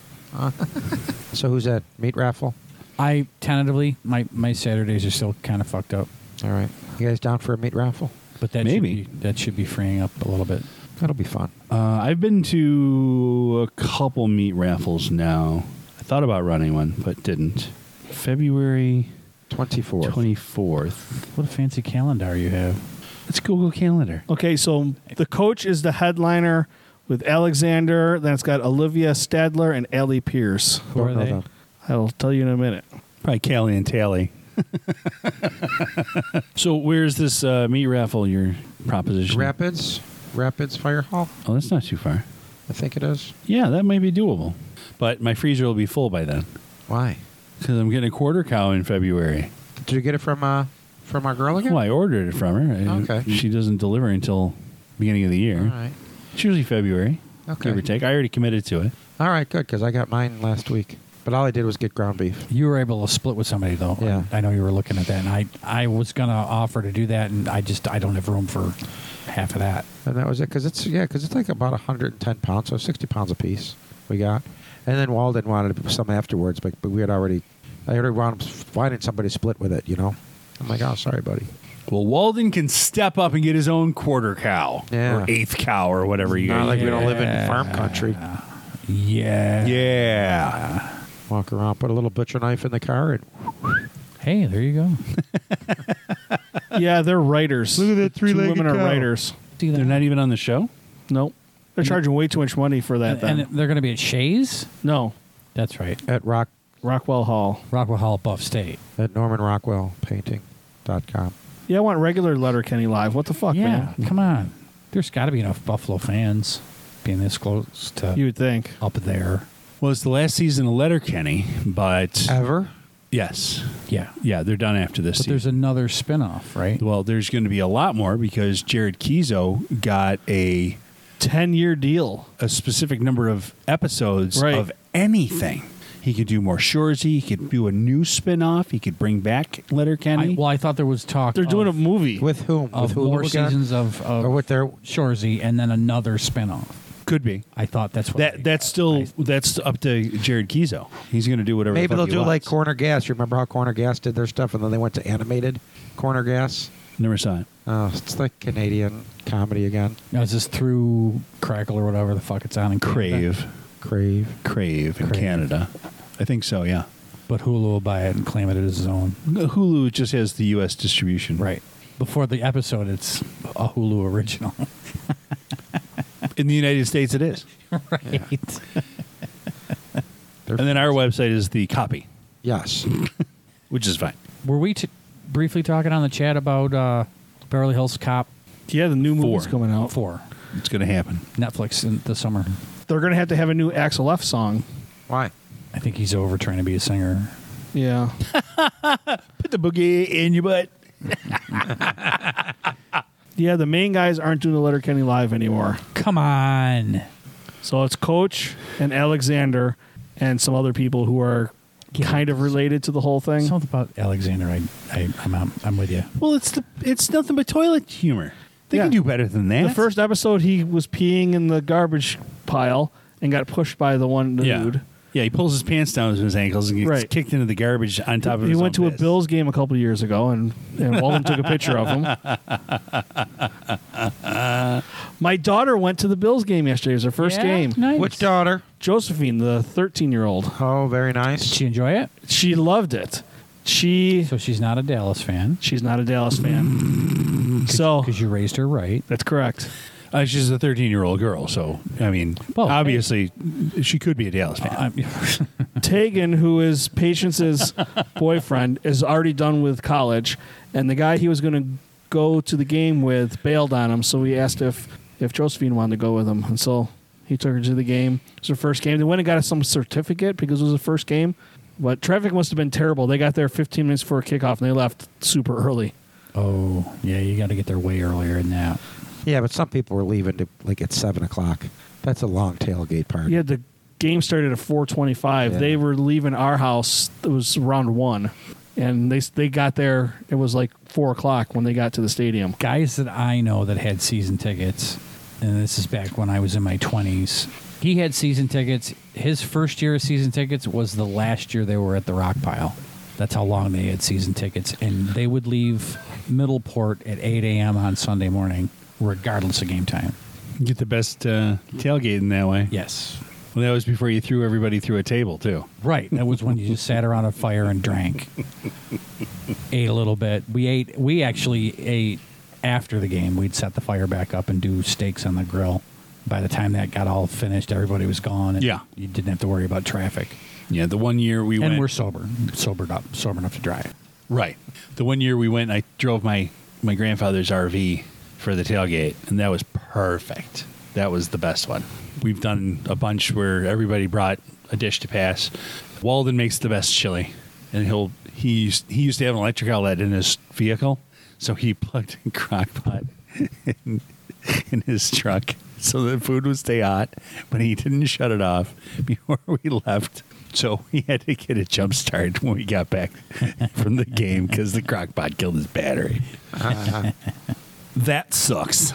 So who's that meat raffle?
I tentatively my my Saturdays are still kind of fucked up,
All right, you guys down for a meat raffle?
but that
Maybe.
should be, that should be freeing up a little bit.
That'll be fun.
Uh, I've been to a couple meat raffles now. I thought about running one, but didn't. February
Twenty fourth.
24th.
What a fancy calendar you have!
It's Google Calendar.
Okay, so the coach is the headliner with Alexander. Then it's got Olivia Stadler and Ellie Pierce.
Who are they?
I'll tell you in a minute.
Probably Callie and Tally. so where's this uh, meat raffle, your proposition?
Rapids, Rapids Fire Hall.
Oh, that's not too far.
I think it is.
Yeah, that might be doable. But my freezer will be full by then
Why?
because I'm getting a quarter cow in February.
Did you get it from uh from our girl again?
Well, I ordered it from her. I-
Okay.
She doesn't deliver until beginning of the year.
All right.
It's usually February.
Okay.
Give or take. I already committed to it.
All right, good because I got mine last week. But all I did was get ground beef.
You were able to split with somebody though.
Yeah.
I know you were looking at that, and I I was gonna offer to do that, and I just I don't have room for half of that.
and that was it. Because it's yeah, because it's like about 110 pounds, so 60 pounds apiece we got. And then Walden wanted some afterwards, but, but we had already. I already wound up finding somebody to split with it, you know. I'm like, oh, sorry, buddy.
Well, Walden can step up and get his own quarter cow
Yeah.
or eighth cow or whatever you
Not
guys
like we
do.
don't live in farm country.
Yeah.
Yeah.
Walk around, put a little butcher knife in the car, and
Hey, there you go.
yeah, they're writers.
Look at that
Two
three-legged
women are
cow.
writers.
Do
They're not even on the show?
Nope. They're charging way too much money for that.
and,
Then
and they're gonna be at Shays.
no,
That's right.
at Rock
Rockwell Hall.
Rockwell Hall above State.
at Norman Rockwell Painting.com.
Yeah, I want regular Letterkenny Live. What the fuck,
yeah,
man?
come on. There's got to be enough Buffalo fans being this close to
You would think.
up there.
Well, it's the last season of Letterkenny, but
Ever?
yes.
Yeah.
Yeah, they're done after this
But there's
season.
another spinoff, right?
well, there's going to be a lot more because Jared Kizo got a
Ten year deal.
a specific number of episodes
Right.
of anything. He could do more Shoresy. He could do a new spin off. He could bring back
I,
Letterkenny.
well, I thought there was talk.
They're doing a
of,
movie.
With whom?
of
with who
more
we got?
seasons of, of
Or with their?
Shorzy and then another spinoff.
could be.
I thought that's what
That that's still that's up to Jared Kizo. He's going to do whatever. the
Maybe
fuck
they'll
he
do like
wants.
Corner Gas. You remember how Corner Gas did their stuff, and then they went to animated Corner Gas.
Never saw it.
Oh, it's like Canadian comedy again.
Now, is this through Crackle or whatever the fuck it's on in Canada?
Crave,
Crave.
Crave in
Crave.
Canada. I think so. Yeah.
But Hulu will buy it and claim it as its own.
Hulu just has the U.S. distribution.
Right. Before the episode, it's a Hulu original.
In the United States, it is.
right.
They're-
And then our website is the copy,
yes.
which is fine.
Were we t- briefly talking on the chat about uh, Beverly Hills Cop
yeah, the new movie's
Four.
coming out.
Four
It's going to happen.
Netflix in the summer?
They're gonna have to have a new Axel F song.
Why?
I think he's over trying to be a singer.
Yeah.
Put the boogie in your butt.
yeah, the main guys aren't doing the Letterkenny Live anymore.
Come on,
So it's Coach and Alexander and some other people who are kind of related to the whole thing.
something about Alexander. I, I I'm, I'm with you.
Well, it's the it's nothing but toilet humor. They
Yeah.
can do better than that.
The first episode, he was peeing in the garbage pile and got pushed by the one the
yeah.
dude.
Yeah, he pulls his pants down to his ankles and gets
Right.
kicked into the garbage on top of
he
his
went
own
to a
piss.
Bills game a couple years ago, and, and Walden took a picture of him. My daughter went to the Bills game yesterday. It was her first
Yeah?
game.
Nice.
Which daughter?
Josephine, the 13 year old,
Oh, very
Did
nice.
she enjoy it?
she loved it. She
So she's not a Dallas fan
she's not a Dallas fan, so
because you raised her right.
that's correct.
Uh, she's a 13 year old girl, so I mean,
Well, hey. Uh,
obviously, she could be a Dallas fan.
I'm-
Tegan, who is Patience's boyfriend, is already done with college, and the guy he was going to go to the game with bailed on him, so he asked if if Josephine wanted to go with him, and so he took her to the game. It was her first game. They went and got some certificate because it was the first game, but traffic must have been terrible. They got there 15 minutes before kickoff, and they left super early.
oh, yeah, you got to get there way earlier than that.
Yeah, but some people were leaving to like at seven o'clock. That's a long tailgate party.
Yeah, the game started at 4:25.
Yeah.
They were leaving our house. It was around one, and they they got there. It was like four o'clock when they got to the stadium.
Guys that I know that had season tickets, and this is back when I was in my 20s, he had season tickets. His first year of season tickets was the last year they were at the Rock Pile. That's how long they had season tickets. And they would leave Middleport at 8 a.m. on Sunday morning, regardless of game time.
Get the best uh, tailgate in that way.
Yes.
Well, that was before you threw everybody through a table, too.
Right. That was when you just sat around a fire and drank. ate a little bit. We ate we actually ate after the game. We'd set the fire back up and do steaks on the grill. By the time that got all finished, everybody was gone and
Yeah.
you didn't have to worry about traffic.
Yeah, the one year we
and
went.
we're sober. Sobered up. Sober enough to drive.
right. The one year we went, I drove my, my grandfather's RV for the tailgate, and that was perfect. That was the best one. We've done a bunch where everybody brought a dish to pass. Walden makes the best chili, and he'll he used, he used to have an electric outlet in his vehicle, so he plugged in crock pot in, in his truck so the food would stay hot, but he didn't shut it off before we left. So we had to get a jump start when we got back from the game because the crock pot killed his battery. That sucks.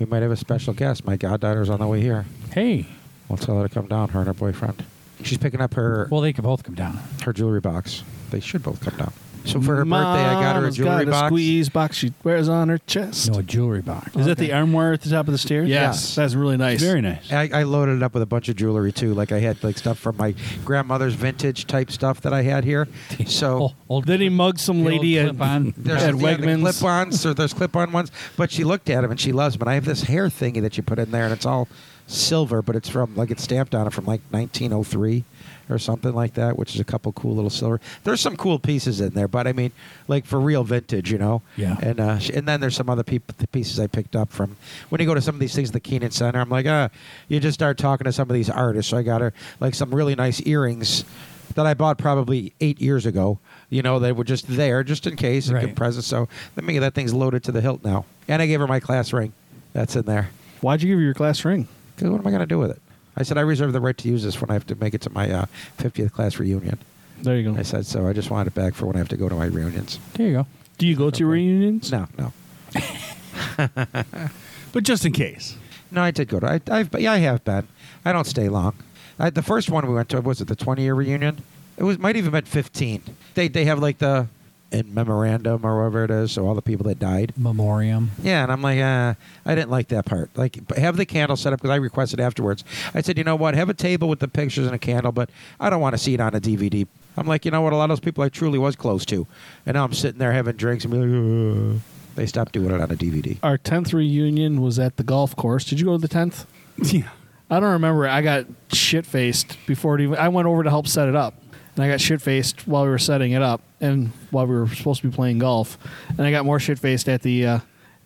We might have a special guest. My goddaughter's on the way here.
Hey.
We'll tell her to come down. Her and her boyfriend. She's picking up her
Well they could both come down.
her jewelry box. They should both come down. So for her birthday, I got her a
Mama's
jewelry
got
box.
squeeze box she wears on her chest.
No a jewelry box.
Is that the armoire at the top of the stairs?
yes, that's really nice.
It's very nice.
I, I loaded it up with a bunch of jewelry too. Like I had like stuff from my grandmother's vintage type stuff that I had here. So
Oh, old
Then he mugged some
The old
lady at,
clip-on.
there's
at
yeah, the
Wegmans.
clip-ons or there's clip-on ones. But she looked at them and she loves them. And I have this hair thingy that you put in there, and it's all silver, but it's from like it's stamped on it from like 1903 or something like that, which is a couple cool little silver. There's some cool pieces in there, but I mean, like for real vintage, you know.
Yeah.
And uh, sh- and then there's some other peop- the pieces I picked up from when you go to some of these things at the Keenan Center. I'm like, ah, you just start talking to some of these artists. So I got her like some really nice earrings that I bought probably eight years ago. You know, they were just there just in case and
Right.
good presents. So let me that thing's loaded to the hilt now. And I gave her my class ring. That's in there.
Why'd you give her your class ring?
Because what am I going to do with it? I said I reserve the right to use this when I have to make it to my uh, 50th class reunion.
There you go.
I said so. I just wanted it back for when I have to go to my reunions.
There you go.
Do you go to reunions?
No, no.
But just in case.
No, I did go to. I, I've, yeah, I have been. I don't stay long. I, the first one we went to was it the 20 year reunion. It was might even been 15. They they have like the in memorandum or whatever it is. So all the people that died.
Memoriam.
Yeah, and I'm like, uh, I didn't like that part. Like, b- have the candle set up because I requested afterwards. I said, you know what? Have a table with the pictures and a candle, but I don't want to see it on a DVD. I'm like, you know what? A lot of those people I truly was close to, and now I'm sitting there having drinks and be like, "Ugh." they stopped doing it on a DVD.
Our tenth reunion was at the golf course. Did you go to the tenth?
Yeah.
I don't remember. I got shit faced before it even. I went over to help set it up, and I got shit faced while we were setting it up, and while we were supposed to be playing golf, and I got more shit faced at the uh,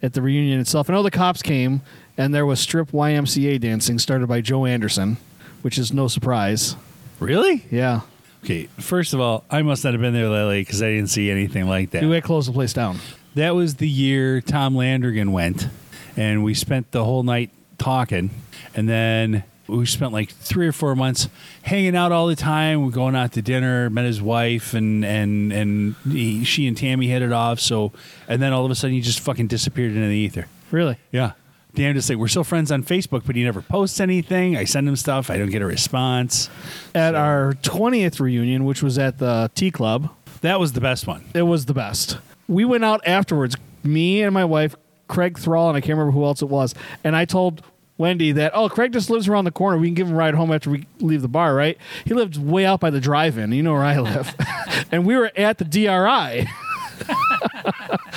at the reunion itself. I know the cops came, and there was strip YMCA dancing started by Joe Anderson, which is no surprise.
Really?
Yeah,
Okay. First of all, I must not have been there that late because I didn't see anything like that.
we had closed the place down.
That was the year Tom Landrigan went, and we spent the whole night talking, and then we spent like three or four months hanging out all the time. We're going out to dinner. Met his wife, and and and he, she and Tammy hit it off. So, and then all of a sudden, he just fucking disappeared into the ether.
Really?
Yeah. Dan just like, we're still friends on Facebook, but he never posts anything. I send him stuff. I don't get a response.
At our 20th reunion, which was at the Tea Club,
That was the best one.
it was the best. We went out afterwards, me and my wife, Craig Thrall, and I can't remember who else it was. And I told Wendy that, oh, Craig just lives around the corner. We can give him a ride home after we leave the bar, right? He lived way out by the drive in. You know where I live. and we were at the DRI.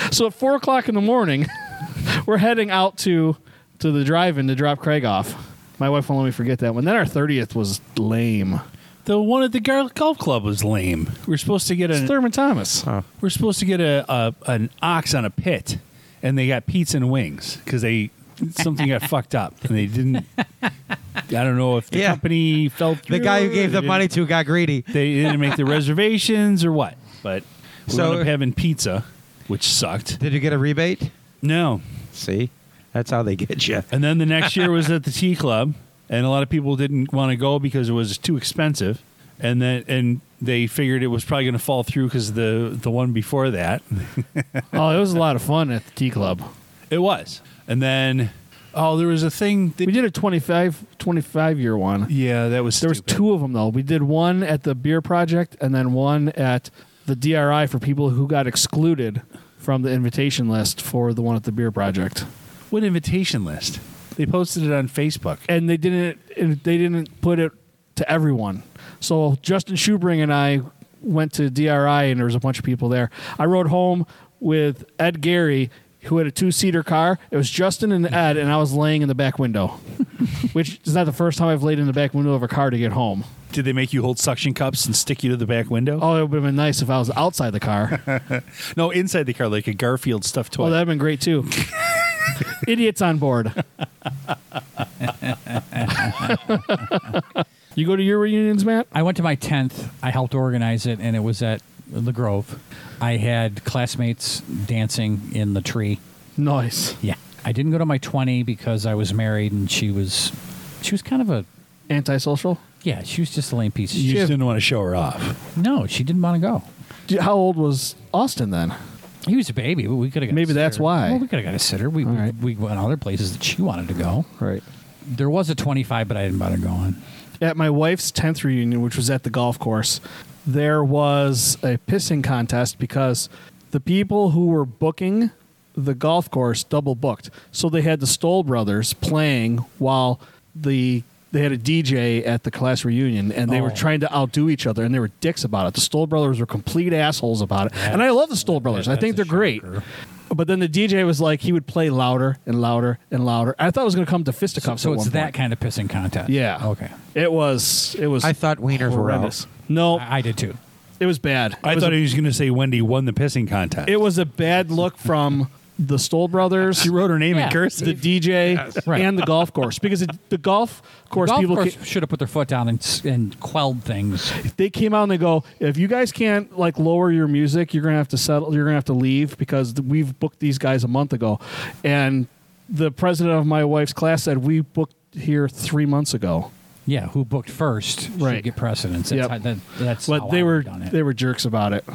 so at four o'clock in the morning, we're heading out to, to the drive in to drop Craig off. My wife won't let me forget that one. Then our 30th was lame.
The one at the gar- golf club was lame. We were supposed to get
It's
an
Thurman Thomas.
we're supposed to get a, a an ox on a pit, and they got pizza and wings because they something got fucked up and they didn't. I don't know if the
Yeah.
company felt
The guy who
through
gave
or
the
they
money to got greedy.
didn't- They didn't make the reservations or what, but we
So-
ended up having pizza, which sucked.
Did you get a rebate?
No,
See, that's how they get you.
And then the next year was at the tea club, and a lot of people didn't want to go because it was too expensive. And then and they figured it was probably going to fall through because the the one before that
Oh, it was a lot of fun at the Tea Club.
it was. And then oh, there was a thing. That,
We did a 25, 25 year one.
yeah, that was
There was
stupid.
two of them though. We did one at the beer project and then one at the DRI for people who got excluded from the invitation list for the one at the beer project.
What invitation list? They posted it on Facebook.
And they didn't they didn't put it to everyone. So Justin Schubring and I went to DRI and there was a bunch of people there. I rode home with Ed Gary who had a two-seater car. It was Justin and Ed and I was laying in the back window. which is not the first time I've laid in the back window of a car to get home.
Did they make you hold suction cups and stick you to the back window?
Oh, it would have been nice if I was outside the car.
No, inside the car like a Garfield stuffed toy.
Well, that'd have been great too. Idiots on board. you go to your reunions, Matt?
I went to my 10th. I helped organize it, and it was at the Grove. I had classmates dancing in the tree.
Nice.
Yeah. I didn't go to my 20 because I was married, and she was, she was kind of a,
Antisocial.
yeah, she was just a lame piece. of
you
shit.
just didn't want to show her off.
no, she didn't want to go.
Do- How old was Austin then?
He was a baby, but we could have got
Maybe
a
that's
sitter.
why.
Well, we could have got a sitter. We,
All right.
we went other places that she wanted to go.
Right.
There was a 25, but I didn't bother going.
At my wife's 10th reunion, which was at the golf course, there was a pissing contest because the people who were booking the golf course double booked. So they had the Stoll brothers playing while the they had a DJ at the class reunion and they were
Oh.
trying to outdo each other and they were dicks about it. The Stoll brothers were complete assholes about it. and I love the Stoll brothers. I
that's
think
a
they're great.
shocker.
But then the DJ was like he would play louder and louder and louder. I thought it was going to come to
So,
fisticuffs.
so
at
it's
one
that
point.
kind of pissing contest.
Yeah.
Okay.
It was. It was.
I thought wieners were
horrendous.
out.
No,
I, I did too.
it was bad.
I
it was
thought
a,
he was going to say Wendy won the pissing contest.
it was a bad look from the Stoll brothers.
she wrote her name
Yeah.
in cursive.
The DJ
Right.
and the golf course because it, the golf course
Golf
people
course
ca-
should have put their foot down and, s- and quelled things.
they came out and they go if you guys can't like lower your music you're gonna have to settle you're gonna have to leave because th- we've booked these guys a month ago and the president of my wife's class said we booked here three months ago
Yeah, who booked first
Right.
should get precedence. That's,
Yep.
how, that, that's how
but
I
they were
would've done it.
they were jerks about it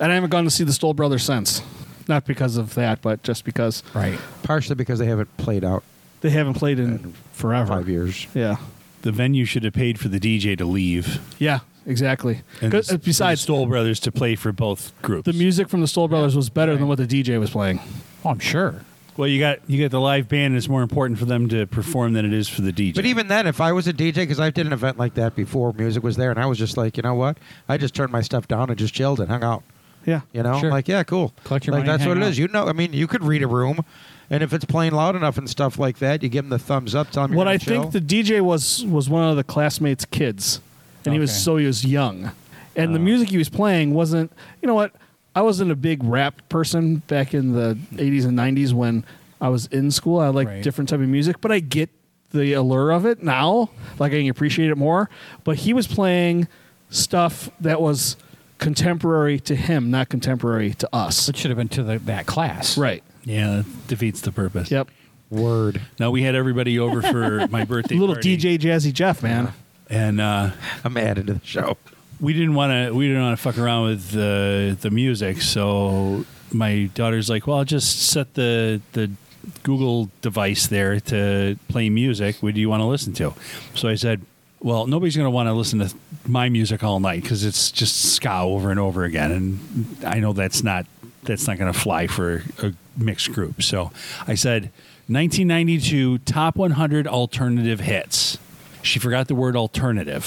and i haven't gone to see the stoll brothers since not because of that but just because
right.
Partially because they haven't played out
They haven't played in forever.
five years.
Yeah.
the venue should have paid for the DJ to leave.
Yeah, exactly.
And
'Cause, uh,
the
besides,
Stoll Brothers to play for both groups.
the music from the Stoll Brothers was better than what the DJ was playing.
Oh, I'm sure.
Well, you got you got the live band. and It's more important for them to perform than it is for the DJ.
But even then, if I was a DJ, because I did an event like that before, music was there, and I was just like, you know what? I just turned my stuff down and just chilled and hung out.
Yeah.
You know,
Sure.
like yeah, cool.
Collect your
like
money and
that's what
hang
it
out.
is. You know, I mean, you could read a room, and if it's playing loud enough and stuff like that, you give them the thumbs up. Tell them
What
you're
I
gonna chill.
think the DJ was was one of the classmates' kids, and he was
Okay.
so he was young, and
Oh.
the music he was playing wasn't. You know what? I wasn't a big rap person back in the '80s and '90s when I was in school. I liked
Right.
different type of music, but I get the allure of it now. Like I can appreciate it more. But he was playing stuff that was contemporary to him, not contemporary to us.
It should have been to the, that class.
Right.
yeah, that defeats the purpose.
Yep.
word.
Now we had everybody over for my birthday
Little
party,
DJ Jazzy Jeff, man.
and uh,
I'm added to the show.
we didn't want to we didn't want to fuck around with the the music. So my daughter's like, "Well, I'll just set the the Google device there to play music. What do you want to listen to? So I said, well, nobody's going to want to listen to my music all night because it's just ska over and over again, and I know that's not that's not going to fly for a mixed group. So I said, 1992 top 100 alternative hits. She forgot the word alternative.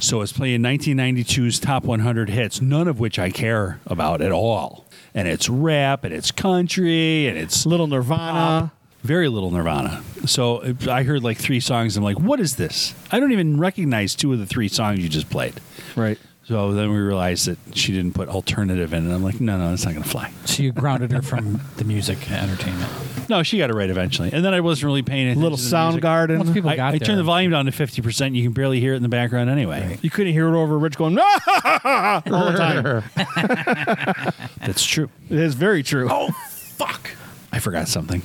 So it's playing 1992's top 100 hits, none of which I care about at all. And it's rap, and it's country, and it's
Little Nirvana.
very little Nirvana. So it- I heard like three songs. I'm like, what is this? I don't even recognize two of the three songs you just played.
Right.
So then we realized that she didn't put alternative in, and I'm like, no, no, that's not gonna fly.
So you grounded her from the music and entertainment.
No, she got it right eventually. And then I wasn't really paying attention.
Little
to the music.
Soundgarden.
Once people
I,
got
I
there,
turned the volume down to 50. percent You can barely hear it in the background anyway.
Right.
You couldn't hear it over Rich going "Ah, all the time.
That's true.
It is very true. Uh
Oh fuck! I forgot something.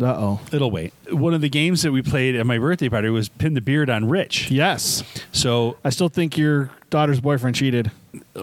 oh.
It'll wait. One of the games that we played at my birthday party was pin the beard on Rich.
Yes.
So
I still think your daughter's boyfriend cheated.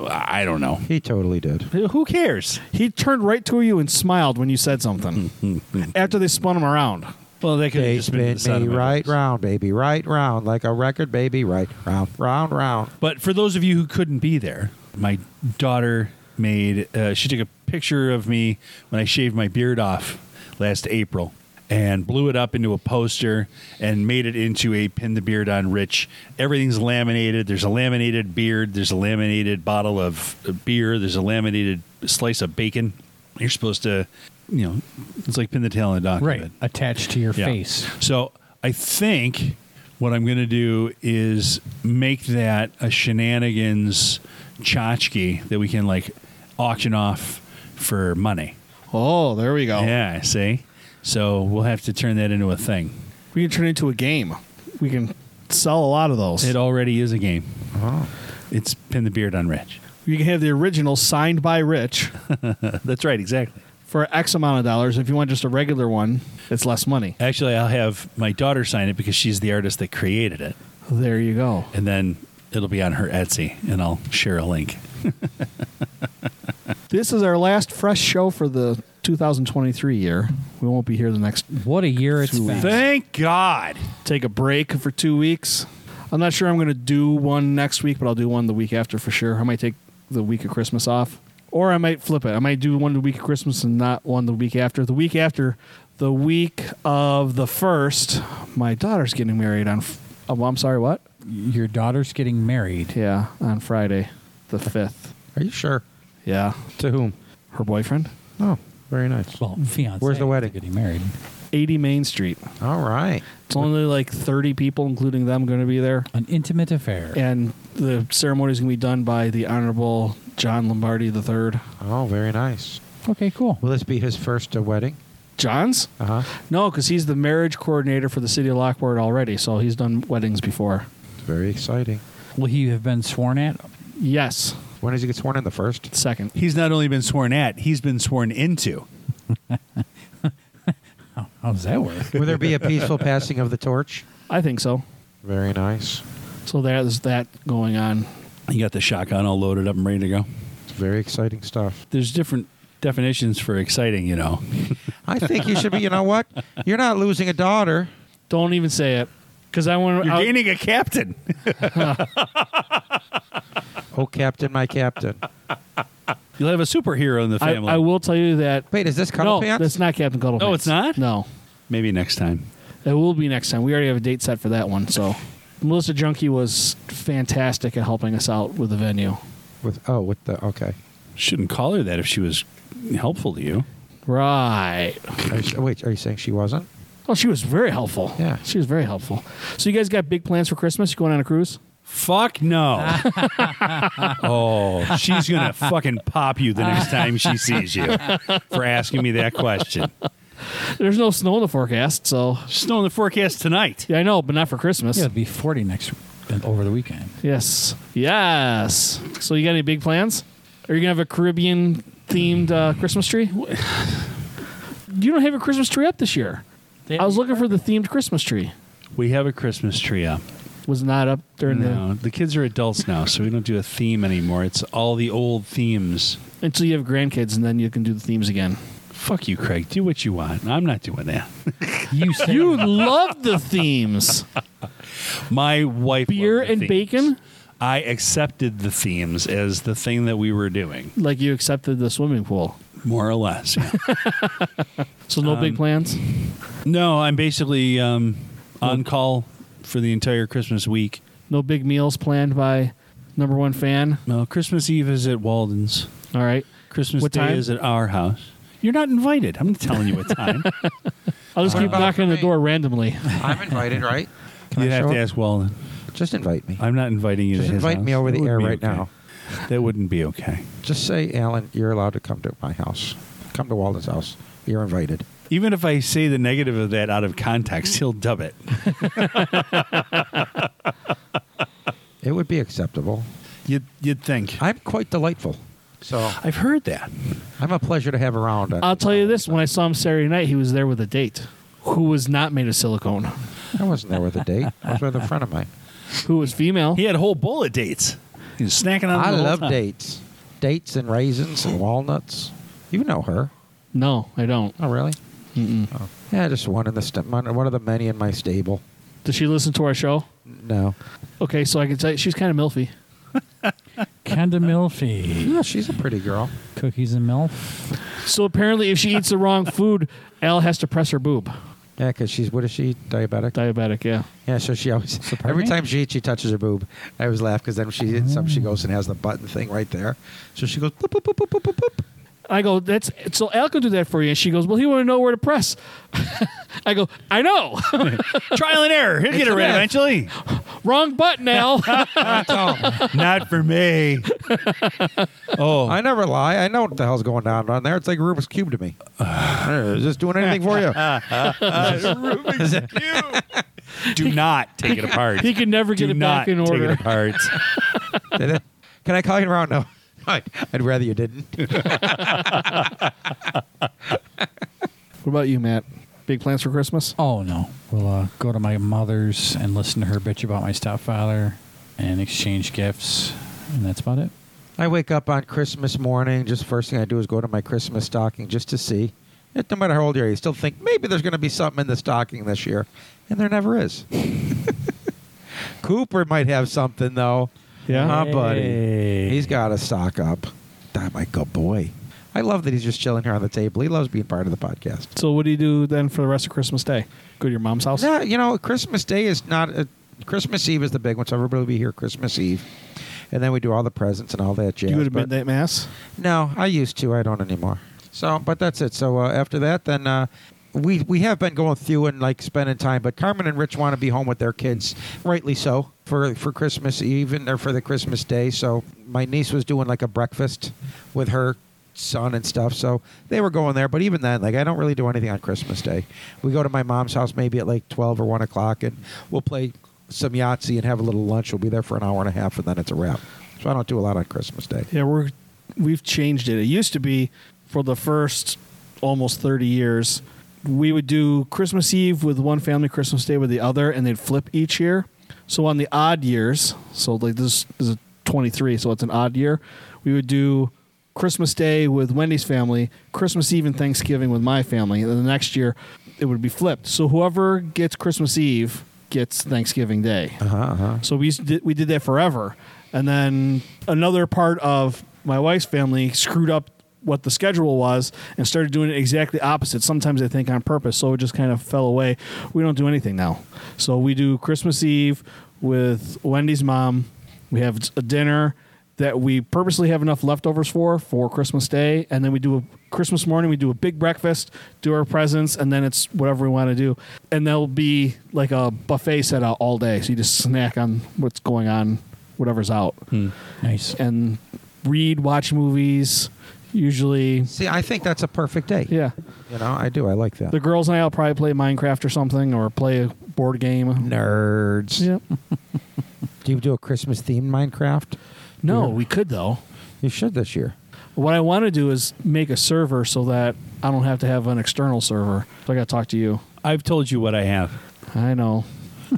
I don't know.
He totally did.
Who cares?
He turned right to you and smiled when you said something. After they spun him around.
Well, they could have
They
just been
spin
the
me
sentiment.
right round, baby, right round, like a record, baby, right round, round, round.
But for those of you who couldn't be there, my daughter made, uh, she took a picture of me when I shaved my beard off last April and blew it up into a poster and made it into a pin the beard on rich everything's laminated there's a laminated beard there's a laminated bottle of beer there's a laminated slice of bacon you're supposed to you know it's like pin the tail on a dog
right,
David.
attached to your
Yeah.
face.
So I think what I'm going to do is make that a shenanigans tchotchke that we can like auction off for money.
Oh, there we go.
Yeah, see? So we'll have to turn that into a thing.
We can turn it into a game. We can sell a lot of those.
It already is a game. Oh. It's pin the beard on Rich.
you can have the original signed by Rich
That's right, exactly.
for X amount of dollars. If you want just a regular one, it's less money.
Actually, I'll have my daughter sign it because she's the artist that created it.
There you go.
And then it'll be on her Etsy, and I'll share a link.
This is our last fresh show for the 2023 year. We won't be here the next
What a year it's
Two
been.
Thank God.
take a break for two weeks. I'm not sure I'm going to do one next week, but I'll do one the week after for sure. I might take the week of Christmas off, or I might flip it. I might do one the week of Christmas and not one the week after. The week after, the week of the first, my daughter's getting married on. f- Oh, I'm sorry, what?
Your daughter's getting married.
Yeah, on Friday, the fifth.
Are you sure?
Yeah,
To whom?
her boyfriend,
Oh, very nice.
Well, fiance.
Where's the wedding?
Getting married.
80 Main Street.
All right.
It's only like 30 people, including them, going to be there.
An intimate affair.
and the ceremony is going to be done by the Honorable John Lombardi III.
Oh, very nice.
Okay, cool.
Will this be his first uh, wedding?
John's?
Uh huh.
No, because he's the marriage coordinator for the city of Lockport already, so he's done weddings before.
Very exciting.
Will he have been sworn at?
Yes,
When does he get sworn in? The first?
second.
He's not only been sworn at, he's been sworn into.
How does that work?
Will there be a peaceful passing of the torch?
I think so.
Very nice.
So there's that going on.
You got the shotgun all loaded up and ready to go.
It's very exciting stuff.
There's different definitions for exciting, you know.
I think you should be. You know what? You're not losing a daughter.
Don't even say it, because I want
You're
to.
gaining a captain.
Oh, Captain, my Captain.
You'll have a superhero in the
I,
family.
I will tell you that.
Wait, is this cuddle
No,
pants?
that's not Captain Cuddlepants.
No, it's not?
No,
Maybe next time.
it will be next time. We already have a date set for that one. So Melissa Junkie was fantastic at helping us out with the venue.
With oh, with the okay.
Shouldn't call her that if she was helpful to you.
Right.
Are you- wait, are you saying she wasn't?
Oh, she was very helpful.
Yeah.
She was very helpful. So you guys got big plans for Christmas? You going on a cruise?
Fuck no. oh, she's going to fucking pop you the next time she sees you for asking me that question.
There's no snow in the forecast, so
Snow in the forecast tonight.
yeah, I know, but not for Christmas.
Yeah, it'll be 40 next and over the weekend.
Yes. Yes. So you got any big plans? Are you gonna have a Caribbean themed uh, Christmas tree? you don't have a Christmas tree up this year. I was looking for the themed Christmas tree.
We have a Christmas tree up.
Was not up during
No, the kids are adults now, so we don't do a theme anymore. It's all the old themes.
the until you have grandkids, and then you can do the themes again.
Fuck you, Craig. Do what you want. I'm not doing that.
You said
You love the themes.
My wife. loved
Beer
the
and
themes.
bacon?
I accepted the themes as the thing that we were doing,
Like you accepted the swimming pool.
more or less. yeah.
So no
Um,
big plans.
no, I'm basically um, on call for the entire Christmas week.
No big meals planned by number one fan.
No, Christmas Eve is at Walden's.
All right.
Christmas
What
Day
time?
is at our house. You're not invited. I'm telling you what time.
I'll just
What
keep
about
knocking on the
me?
door randomly.
I'm invited, right? Can
you
I
have
show
to
up?
ask Walden.
Just invite me.
I'm not inviting you.
Just
to his
invite
house.
me over
That
the
wouldn't
air
be
right
okay.
now.
That wouldn't be okay.
Just say, Alan, you're allowed to come to my house. Come to Walden's house. You're invited.
Even if I say the negative of that out of context, he'll dub it.
It would be acceptable.
You'd, you'd think.
I'm quite delightful. So
I've heard that.
I'm a pleasure to have around.
I'll tell you this: when I saw him Saturday night, he was there with a date, who was not made of silicone,
I wasn't there with a date. I was with a friend of mine.
who was female.
He had whole bullet dates. He was snacking on.
I
them the whole
love
time.
dates. Dates and raisins and walnuts. You know her.
No, I don't.
Oh, really?
Mm-mm.
Oh. Yeah, just one in the st- one one of the many in my stable.
Does she listen to our show?
No.
Okay, so I can tell you, she's kind of milfy.
Kinda milfy.
Yeah, she's a pretty girl.
Cookies and milf.
So apparently, if she eats the wrong food, Al has to press her boob.
Yeah, because she's, what is she, diabetic?
Diabetic, yeah.
yeah, so she always, every
me?
time she eats, she touches her boob. I always laugh because then she eats some, she goes and has the button thing right there. So she goes, boop, boop, boop, boop, boop, boop, boop.
I go, that's so Al can do that for you. And she goes, Well, he want to know where to press. I go, I know.
Trial and error. He'll get it
an
right
F.
eventually.
wrong button, Al.
I don't-
Not for me. oh,
I never lie. I know what the hell's going on down there. It's like Rubik's Cube to me. Is this doing anything for you?
Uh, do not take it apart.
he can never get
do
it
not
back in
take
order.
it apart.
Did it? Can I call you around? No. I'd I'd rather you didn't.
What about you, Matt? Big plans for Christmas?
Oh no. We'll uh, go to my mother's and listen to her bitch about my stepfather and exchange gifts. And that's about it.
I wake up on Christmas morning. Just first thing I do is go to my Christmas stocking just to see. It, no matter how old you are, you still think maybe there's going to be something in the stocking this year, and there never is. Cooper might have something though.
Yeah?
my buddy,
Hey.
he's got a stock up. That my good boy. I love that he's just chilling here on the table. He loves being part of the podcast.
So what do you do then for the rest of Christmas Day? Go to your mom's house?
Yeah, you know, Christmas Day is not. A, Christmas Eve is the big one, so everybody will be here Christmas Eve, and then we do all the presents and all that jazz.
you go to
but-
midnight mass?
No, I used to. I don't anymore. So, but that's it. So uh, after that, then uh, we we have been going through and like spending time. But Carmen and Rich want to be home with their kids, rightly so, for for Christmas Eve and or for the Christmas Day. So my niece was doing like a breakfast with her son and stuff. So they were going there. But even then, like I don't really do anything on Christmas Day. We go to my mom's house maybe at like twelve or one o'clock, and we'll play some Yahtzee and have a little lunch. We'll be there for an hour and a half, and then it's a wrap. So I don't do a lot on Christmas Day.
Yeah, we're we've changed it. It used to be for the first almost 30 years, we would do Christmas Eve with one family, Christmas Day with the other, and they'd flip each year. So on the odd years, so like this is a 23, so it's an odd year, we would do Christmas Day with Wendy's family, Christmas Eve and Thanksgiving with my family, and then the next year it would be flipped. So whoever gets Christmas Eve gets Thanksgiving Day.
Uh huh. Uh-huh.
So we used to, di- we did that forever, and then another part of my wife's family screwed up what the schedule was and started doing it exactly opposite. Sometimes I think on purpose, so it just kind of fell away. We don't do anything now. So we do Christmas Eve with Wendy's mom. We have a dinner that we purposely have enough leftovers for for Christmas Day, and then we do a Christmas morning. We do a big breakfast, do our presents, and then it's whatever we want to do. And there'll be like a buffet set out all day, so you just snack on what's going on, whatever's out,
Nice.
and read, watch movies. Usually,
See, I think that's a perfect day.
yeah.
You know, I do. I like that.
The girls and I will probably play Minecraft or something, or play a board game.
nerds.
Yep.
Do you do a Christmas themed Minecraft?
No,
Yeah.
we could though.
You should this year.
What I want to do is make a server so that I don't have to have an external server. So I got to talk to you.
I've told you what I have.
I know.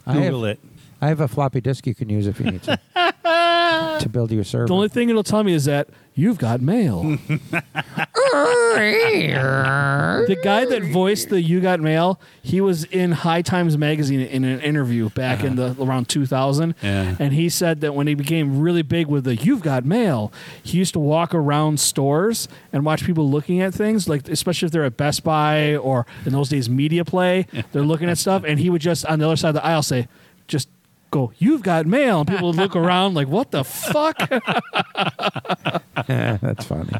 I have,
Google it.
I have a floppy disk you can use if you need to to build your server.
The only thing it'll tell me is that you've got mail. The guy that voiced the "You Got Mail," he was in High Times magazine in an interview back in the around 2000,
Yeah.
and he said that when he became really big with the "You've Got Mail," he used to walk around stores and watch people looking at things, like especially if they're at Best Buy or in those days Media Play, they're looking at stuff, and he would just on the other side of the aisle say, "Just." Go, you've got mail. And people would look around like, what the fuck?
That's funny.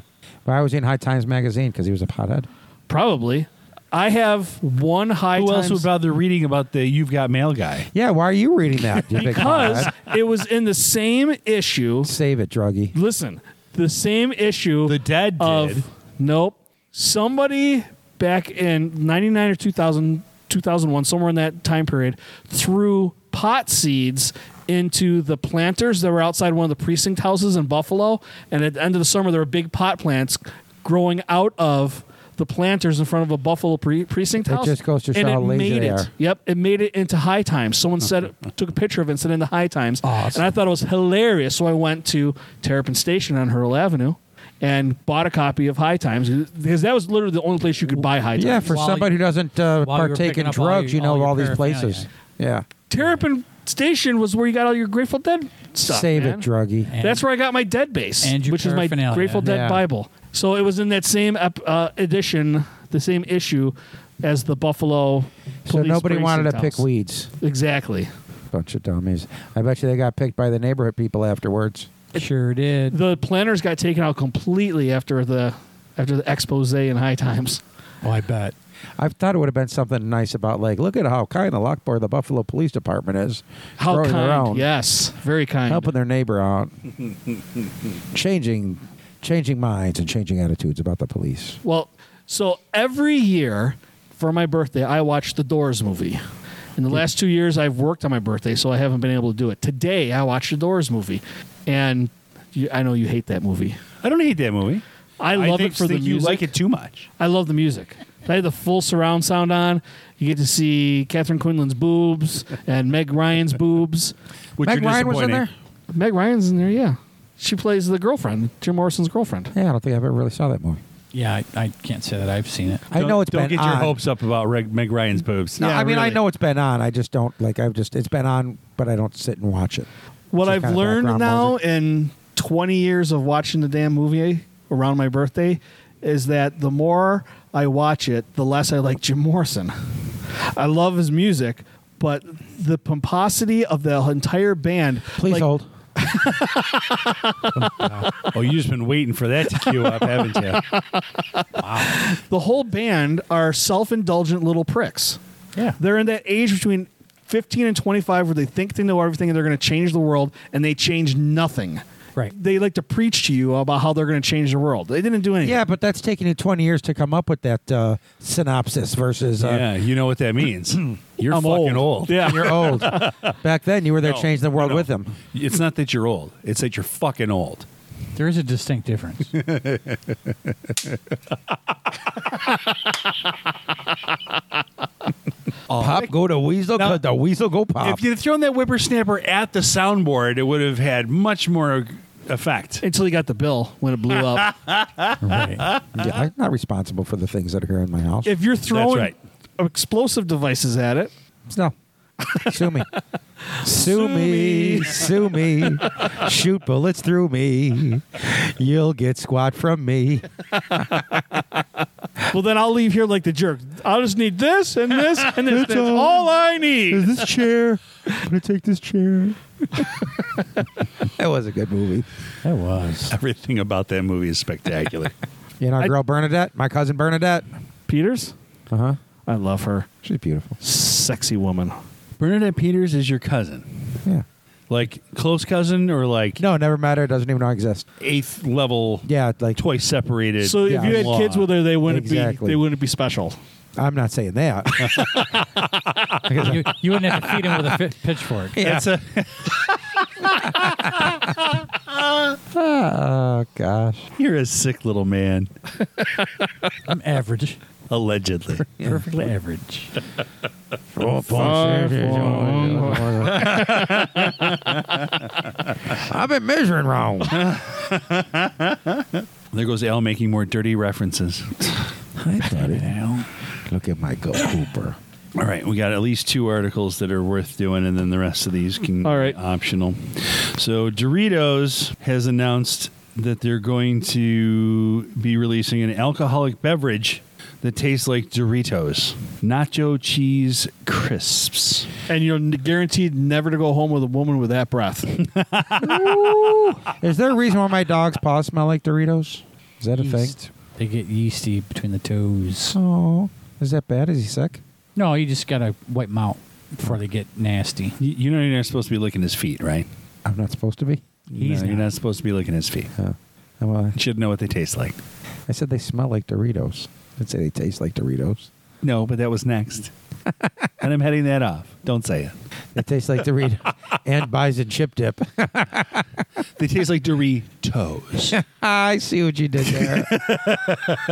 But I was in High Times magazine because he was a pothead.
Probably. I have one high
Who else
times
would bother reading about the You've Got Mail guy?
Yeah, why are you reading that? You big
because
pothead?
it was in the same issue.
save it, druggie.
Listen, the same issue.
The dead
of
did.
nope. Somebody back in '99 or 2000, 2001, somewhere in that time period, threw pot seeds into the planters that were outside one of the precinct houses in Buffalo. And at the end of the summer, there were big pot plants growing out of. The planters in front of a Buffalo pre- precinct
That
house.
just goes to
and
show how
it
lazy
made
they
it.
are.
Yep, it made it into High Times. Someone said took a picture of it and said in the High Times,
Awesome.
and I thought it was hilarious. So I went to Terrapin Station on Hurl Avenue and bought a copy of High Times because that was literally the only place you could buy High Times.
Yeah, for
While
somebody
you-
who doesn't uh,
while you were
partake
picking
in
up all your-
drugs, you know
all
of
your
all these
paraphernalia.
places. Yeah,
Terrapin Station was where you got all your Grateful Dead stuff.
save
man.
it, druggie.
And-
That's where I got my Dead base,
And your
which is my
paraphernalia.
Grateful Dead
Yeah.
Bible. So it was in that same ep- uh, edition, the same issue as the Buffalo.
so
Police
nobody wanted to
precinct
pick
house.
weeds.
Exactly.
Bunch of dummies. I bet you they got picked by the neighborhood people afterwards.
Sure did.
the planners got taken out completely after the after the expose in High Times.
oh, I bet.
I thought it would have been something nice about like, look at how kind the Lockport, the Buffalo Police Department is.
How
growing
kind?
their own,
Yes, very kind.
helping their neighbor out, changing, changing minds and changing attitudes about the police.
Well, so every year for my birthday, I watch the Doors movie. In the last two years, I've worked on my birthday, so I haven't been able to do it. Today, I watched the Doors movie, and you, I know you hate that movie.
I don't hate that movie.
I love
think,
it for the
think
music.
you like it too much.
I love the music. I had the full surround sound on. You get to see Catherine Quinlan's boobs and Meg Ryan's boobs.
Which
Meg
you're
Ryan was in there.
disappointing.
Meg Ryan's in there, yeah. She plays the girlfriend, Jim Morrison's girlfriend.
Yeah, I don't think I ever really saw that movie.
Yeah, I, I can't say that I've seen it.
I
Don't-
know it's
Don't
been
get your
on.
hopes up about Reg, Meg Ryan's boobs.
No,
Yeah,
I mean I
really.
know it's been on. I just don't like. I've just it's been on, but I don't sit and watch it.
What
Just
I've
kinda
learned
background
now
music.
in 20 years of watching the damn movie around my birthday is that the more I watch it, the less I like Jim Morrison. I love his music, but the pomposity of the entire band.
Please
like,
hold.
Oh, you've just been waiting for that to queue up, haven't you?
The whole band are self indulgent little pricks.
Yeah.
They're in that age between 15 and 25 where they think they know everything and they're going to change the world, and they change nothing.
Right.
They like to preach to you about how they're going to change the world. They didn't do anything.
Yeah, but that's taking you 20 years to come up with that uh, synopsis versus uh,
yeah, you know what that means. You're
I'm
fucking old.
Yeah.
you're old. Back then, you were there
No,
changing the world
no.
with them.
It's not that you're old. It's that you're fucking old.
There is a distinct difference.
Pop go to weasel,
Now-
cut the weasel go pop.
If you'd thrown that whippersnapper at the soundboard, it would have had much more effect.
Until he got the bill when it blew up.
right.
yeah, I'm not responsible for the things that are here in my house.
if you're throwing
right.
explosive devices at it,
no, sue me. Sue me, sue me, shoot bullets through me. You'll get squat from me.
well, then I'll leave here like the jerk. I'll just need this and this and this. That's
all.
all I need.
Is this chair? I'm gonna take this chair. that was a good movie.
That was.
Everything about that movie is spectacular.
You know,
I-
girl Bernadette, my cousin Bernadette.
Peters?
Uh huh.
I love her.
She's beautiful.
Sexy woman.
Bernadette Peters is your cousin.
Yeah.
Like close cousin or like
No, never met her. Doesn't even know I exist.
eighth level
Yeah, like
twice separated.
So
Yeah.
if you had
law.
kids with her, they wouldn't
Exactly.
be they wouldn't be special.
I'm not saying that.
You, you wouldn't have to feed him with a fi- pitchfork.
That's a
oh gosh.
you're a sick little man.
I'm average.
Allegedly.
Perfectly average.
I've been measuring wrong.
There goes Al making more dirty references.
Hi, buddy. Look at Michael Cooper.
All right, we got at least two articles that are worth doing, and then the rest of these can
All right.
be optional. So Doritos has announced that they're going to be releasing an alcoholic beverage that tastes like Doritos, nacho cheese crisps.
And you're guaranteed never to go home with a woman with that breath.
Is there a reason why my dog's paws smell like Doritos? Is that a thing?
Yeast. They get yeasty between the toes.
Oh, is that bad? Is he sick?
No, you just gotta wipe them out before they get nasty.
You, you know you're not supposed to be licking his feet, right?
I'm not supposed to be.
He's
no, you're
not.
not supposed to be licking his feet.
Oh. Oh, well,
You should know what they taste like.
I said they smell like Doritos. I didn't say they taste like Doritos.
No, but that was next, and I'm heading that off. Don't say it.
They taste like Doritos and bison chip dip.
They taste like Doritos.
I see what you did there.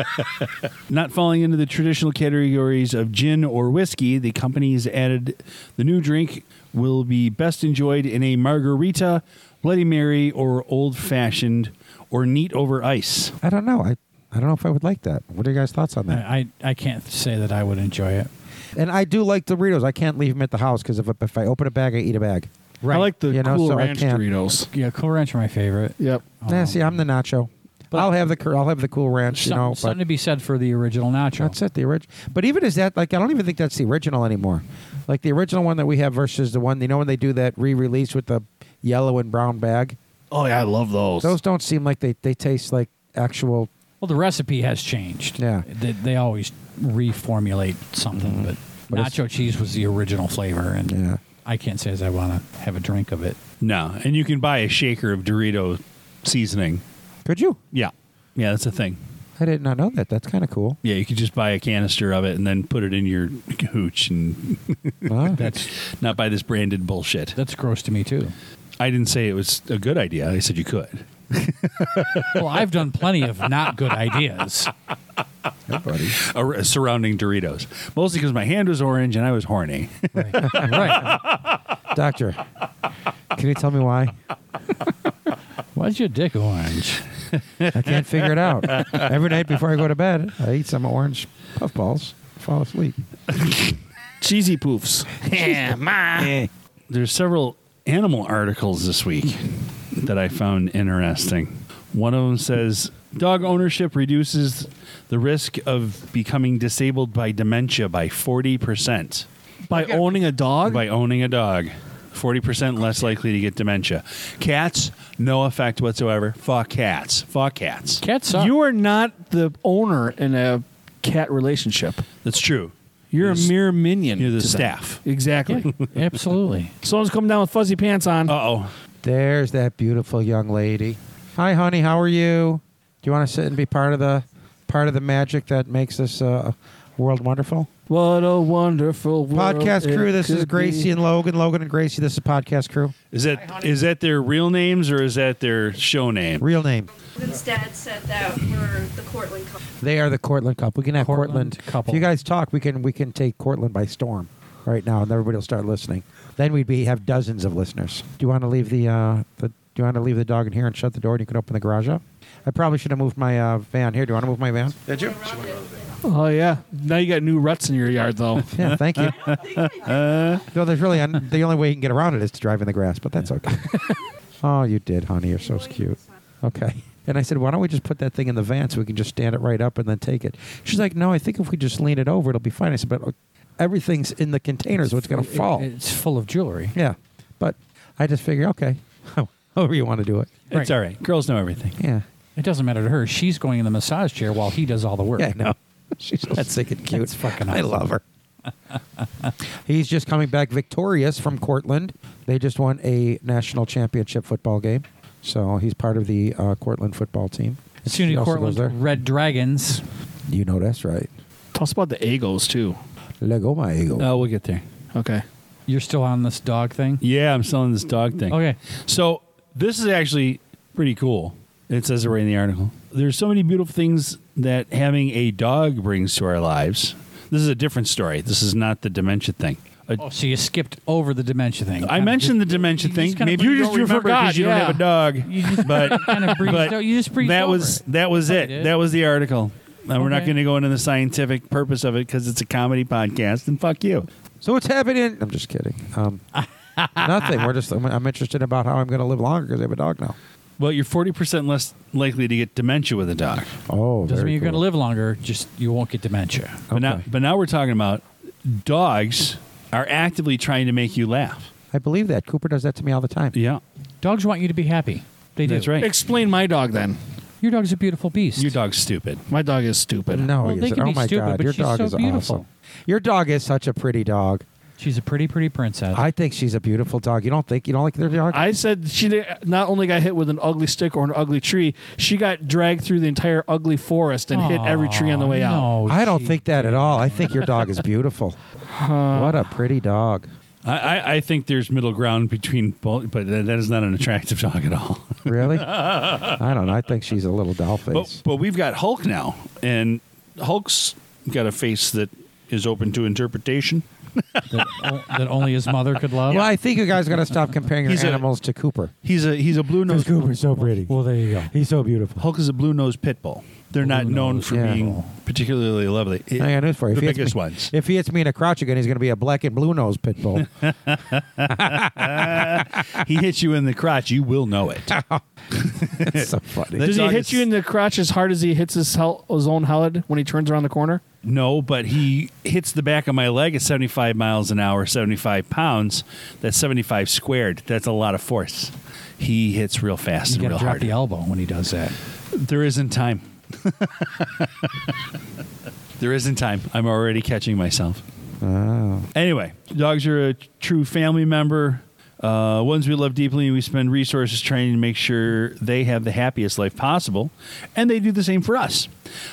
Not falling into the traditional categories of gin or whiskey, the company has added the new drink will be best enjoyed in a margarita, Bloody Mary, or old fashioned, or neat over ice.
I don't know. I, I don't know if I would like that. What are your guys' thoughts on that?
I, I I can't say that I would enjoy it.
And I do like Doritos. I can't leave them at the house because if, I- if I open a bag, I eat a bag.
I like the
You know,
cool
so I
ranch
can't-
Doritos.
Yeah, Cool Ranch are my favorite.
Yep.
nah, see, I'm the nacho.
Oh. But-
I'll have the cur- I'll have the cool ranch,
Some,
you know.
something
But
to be said for the original nacho.
that's it, the original. But even is that like I don't even think that's the original anymore. Like the original one that we have versus the one you know when they do that re-release with the yellow and brown bag.
Oh, yeah, I love those.
Those don't seem like they they taste like actual.
Well, the recipe has changed.
Yeah. Mm-hmm.
They, they always reformulate something, but,
But it's-
nacho cheese was the original flavor, and
Yeah.
I can't say as I want to have a drink of it.
no, and you can buy a shaker of Dorito seasoning.
Could you?
Yeah. Yeah, that's a thing.
I did not know that. That's kind of cool.
Yeah, you could just buy a canister of it and then put it in your hooch and
Huh?
That's
not buy this branded bullshit.
that's gross to me too.
I didn't say it was a good idea. I said you could.
Well, I've done plenty of not good ideas.
Ar- surrounding Doritos. Mostly because my hand was orange and I was horny.
Right. right.
Doctor, can you tell me why?
Why's your dick orange?
I can't figure it out. Every night before I go to bed, I eat some orange puffballs, fall asleep.
Cheesy poofs.
There's several animal articles this week that I found interesting. One of them says dog ownership reduces the risk of becoming disabled by dementia by 40%.
By owning a dog?
By owning a dog, 40% less likely to get dementia. Cats, no effect whatsoever. Fuck cats. Fuck cats.
Cats suck.
you are not the owner in a cat relationship.
That's true.
You're
You're
a
the s-
mere minion.
You're the
to them.
staff.
Exactly.
Absolutely.
Someone's coming down with fuzzy pants on.
Uh oh.
There's that beautiful young lady. Hi, honey. How are you? Do you want to sit and be part of the part of the magic that makes this uh, world wonderful?
what a wonderful world
Podcast
it
crew. This is
could
Gracie
be.
and Logan. Logan and Gracie. This is podcast crew.
Is that is that their real names or is that their show name?
Real name.
Logan's dad said that we're the Cortland couple.
They are the Cortland couple. We can have Cortland,
Cortland couple.
If you guys talk, we can we can take Cortland by storm right now, and everybody will start listening. Then we'd be have dozens of listeners. Do you want to leave the uh, the Do you want to leave the dog in here and shut the door, and you can open the garage up? I probably should have moved my uh, van here. Do you want to move my van?
Oh, yeah. Now you got new ruts in your yard, though.
Yeah, thank you. no, there's really the only way you can get around it is to drive in the grass, but that's okay. oh, you did, honey. You're so cute. Okay. And I said, why don't we just put that thing in the van so we can just stand it right up and then take it? She's like, no, I think if we just lean it over, it'll be fine. I said, but uh, everything's in the container, so it's going to
It-
fall.
It's full of jewelry.
yeah. But I just figure, okay, however you want to do it.
It's
Right.
all right. Girls know everything.
Yeah.
It doesn't matter to her. She's going in the massage chair while he does all the work.
Yeah, I know. She's so sick and cute.
that's fucking
I
awesome.
love her. He's just coming back victorious from Cortland. They just won a national championship football game, so he's part of the uh, Cortland football team. He
SUNY
also
Cortland
goes there.
Red Dragons.
You know that's right.
Tell us about the Agos, too.
Lego my ego.
Oh, we'll get there.
Okay.
You're still on this dog thing?
Yeah, I'm selling this dog thing.
Okay.
So this is actually pretty cool. It says it right in the article. There's so many beautiful things that having a dog brings to our lives. This is a different story. This is not the dementia thing. a
Oh, so you skipped over the dementia thing.
I mentioned the dimension
you
thing.
just kinda
Maybe
breezed
you just
over it. You
remember
forgot,
because you
yeah.
don't have a dog. but
kinda breezed
but
o- you just breezed
that
over
was
it.
that was it.
did.
That was the article. And we're not
Okay.
going to go into the scientific purpose of it because it's a comedy podcast. And fuck you.
So what's happening? I'm just kidding. Um, nothing. We're just. I'm, I'm interested about how I'm going to live longer because I have a dog now.
Well, you're forty percent less likely to get dementia with a dog.
Oh,
Doesn't
very
mean you're going to
cool.
live longer. Just you won't get dementia.
But now,
Okay.
but now we're talking about dogs are actively trying to make you laugh.
I believe that Cooper does that to me all the time.
Yeah,
Dogs want you to be happy. They do.
that's right.
Explain my dog then.
Your dog's a beautiful beast.
Your dog's stupid.
My dog is stupid.
No,
Well,
he
they
isn't.
can
oh
be
my
stupid,
god,
but
your
she's
dog
so
is
beautiful.
awesome. Your dog is such a pretty dog.
She's a pretty, pretty princess.
I think she's a beautiful dog. You don't think you don't like their dog?
I said she di- not only got hit with an ugly stick or an ugly tree, she got dragged through the entire ugly forest and hit every tree on the way out.
No,
I don't
she-
think that at all. I think your dog is beautiful. what a pretty dog.
I, I, I think there's middle ground between both, but that that is not an attractive dog at all.
Really? I don't know. I think she's a little doll
But,
face.
but we've got Hulk now, and Hulk's got a face that is open to interpretation.
that, o- that only his mother could love.
Well, I think you guys got to stop comparing your
He's a-
animals to Cooper.
He's a he's a blue nose.
Cooper's so pretty.
Well, there you go.
He's so beautiful.
Hulk is a blue nose pit bull. They're not known
Blue-nosed
for
pit
being
bull.
particularly lovely. It-
I got news for you.
The
If he hits
biggest
me-
ones.
If he hits me in a crouch again, he's going to be a black and blue nose pit bull.
he hits you in the crotch, you will know it.
That's so funny.
That
Does he
dog
hit
is-
you in the crotch as hard as he hits his, hel- his own helid when he turns around the corner?
No, but he hits the back of my leg at 75 miles an hour, 75 pounds. That's 75 squared. That's a lot of force. He hits real fast and
You got to
real
drop
hard.
the elbow when he does that.
There isn't time. there isn't time. I'm already catching myself. Anyway, dogs are a true family member. Uh, ones we love deeply, and we spend resources trying to make sure they have the happiest life possible, and they do the same for us.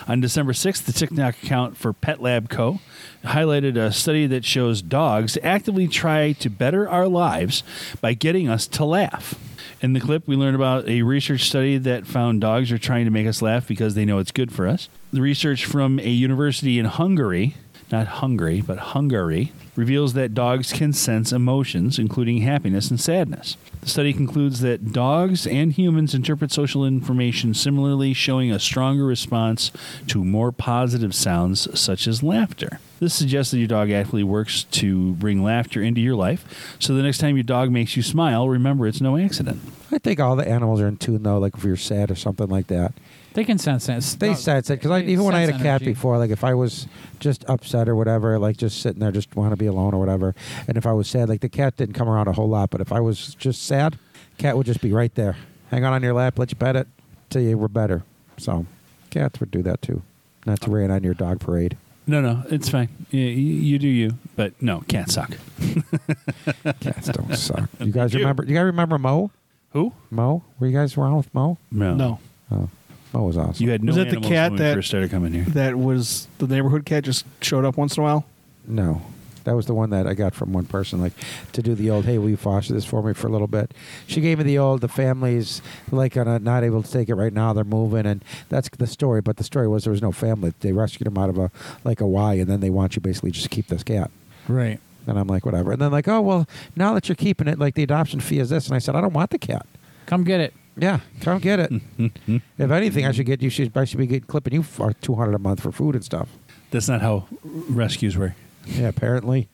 On December 6th, the TikTok account for Pet Lab Co. highlighted a study that shows dogs actively try to better our lives by getting us to laugh. In the clip, we learned about a research study that found dogs are trying to make us laugh because they know it's good for us. The research from a university in Hungary not hungry, but Hungary, reveals that dogs can sense emotions, including happiness and sadness. The study concludes that dogs and humans interpret social information similarly, showing a stronger response to more positive sounds such as laughter. This suggests that your dog actively works to bring laughter into your life, so the next time your dog makes you smile, remember it's no accident.
I think all the animals are in tune though. Like if you're sad or something like that,
They can sense that.
they sense it. Because I,
They
even when I had a
sense
cat
energy.
before, like if I was just upset or whatever, like just sitting there, just want to be alone or whatever, and if I was sad, like the cat didn't come around a whole lot. But if I was just sad, cat would just be right there, hang on on your lap, let you pet it till you were better. So cats would do that too. Not to rain on your dog parade.
No, no, it's fine. You, you do you, but no, cats suck.
Cats don't suck. You guys remember? You guys remember Mo?
Who?
Mo? Were you guys around with Mo?
No,
No.
Oh, Mo was awesome.
You had no
Was that the
animals
cat
when we
that-
first started coming here.
That was the neighborhood cat just showed up once in a while.
No. That was the one that I got from one person, like to do the old, hey, will you foster this for me for a little bit? She gave me the old, the family's like on a, not able to take it right now, they're moving, and that's the story. But the story was there was no family. They rescued him out of a like a Y, and then they want you basically just to keep this cat.
Right.
And I'm like, whatever. And then like, oh well, now that you're keeping it, like the adoption fee is this, and I said, I don't want the cat.
Come get it.
Yeah, come get it. if anything, I should get you. Should I should be getting clipping you for two hundred a month for food and stuff.
That's not how rescues work.
Yeah, apparently.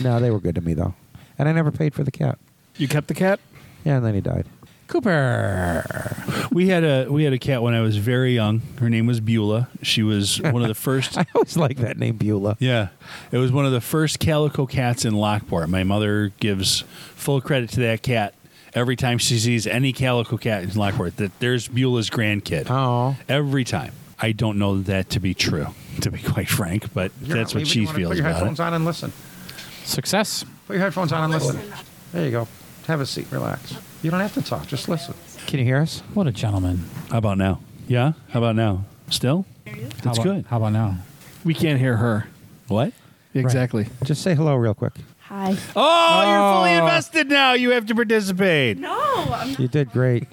no, they were good to me though, and I never paid for the cat.
You kept the cat?
Yeah, and then he died.
Cooper.
We had a we had a cat when I was very young. Her name was Beulah. She was one of the first.
I always like that name, Beulah.
yeah, it was one of the first calico cats in Lockport. My mother gives full credit to that cat every time she sees any calico cat in Lockport. That there's Beulah's grandkid.
Oh,
Every time. I don't know that to be true, to be quite frank, but that's what she feels about it.
on and listen.
Success.
Put your headphones on and listen. There you go. Have a seat. Relax. You don't have to talk. Just listen. Can you hear us?
What a gentleman.
How about now? Yeah. How about now? Still?
How
That's
about-
good.
How about now?
We can't hear her.
What?
Exactly.
Just say hello real quick.
Hi.
Oh, you're fully invested now. You have to participate.
No, I'm not.
You did great.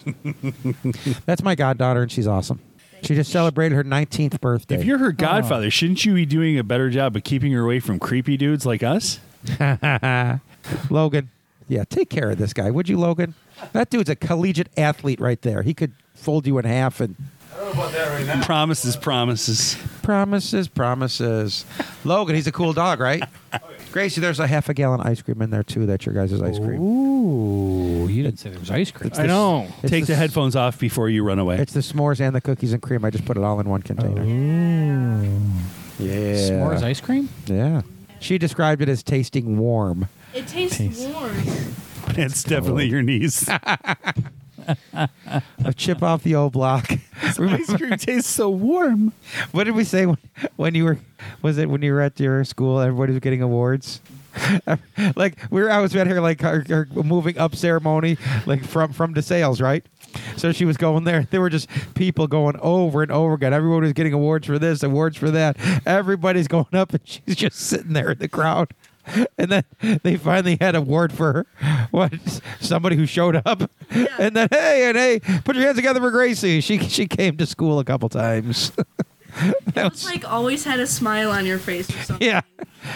That's my goddaughter, and she's awesome. She just celebrated her 19th birthday.
If you're her godfather, shouldn't you be doing a better job of keeping her away from creepy dudes like us?
Logan, yeah, take care of this guy, would you, Logan? That dude's a collegiate athlete right there. He could fold you in half and
Promises, promises.
promises, promises. Logan, he's a cool dog, right? Gracie, there's a half a gallon ice cream in there too. That's your guys' ice
Oh.
cream.
Ooh, you didn't say there was ice cream.
It's
I know.
It's
Take the,
s-
headphones off before you run away.
It's the s'mores and the cookies and cream. I just put it all in one container.
Oh.
Yeah.
S'mores ice cream?
Yeah. She described it as tasting warm.
It tastes
Taste.
warm.
It's definitely your niece.
A chip off the old block.
ice cream tastes so warm.
What did we say when, when you were? Was it when you were at your school? Everybody was getting awards. like we were, I was right here, like our, our moving up ceremony, like from from the sales, right? So she was going there. There were just people going over and over again. Everyone was getting awards for this, awards for that. Everybody's going up, and she's just sitting there in the crowd. And then they finally had award for what somebody who showed up. And then hey, and hey, put your hands together for Gracie. She she came to school a couple times.
It was like always had a smile on your face or something.
Yeah,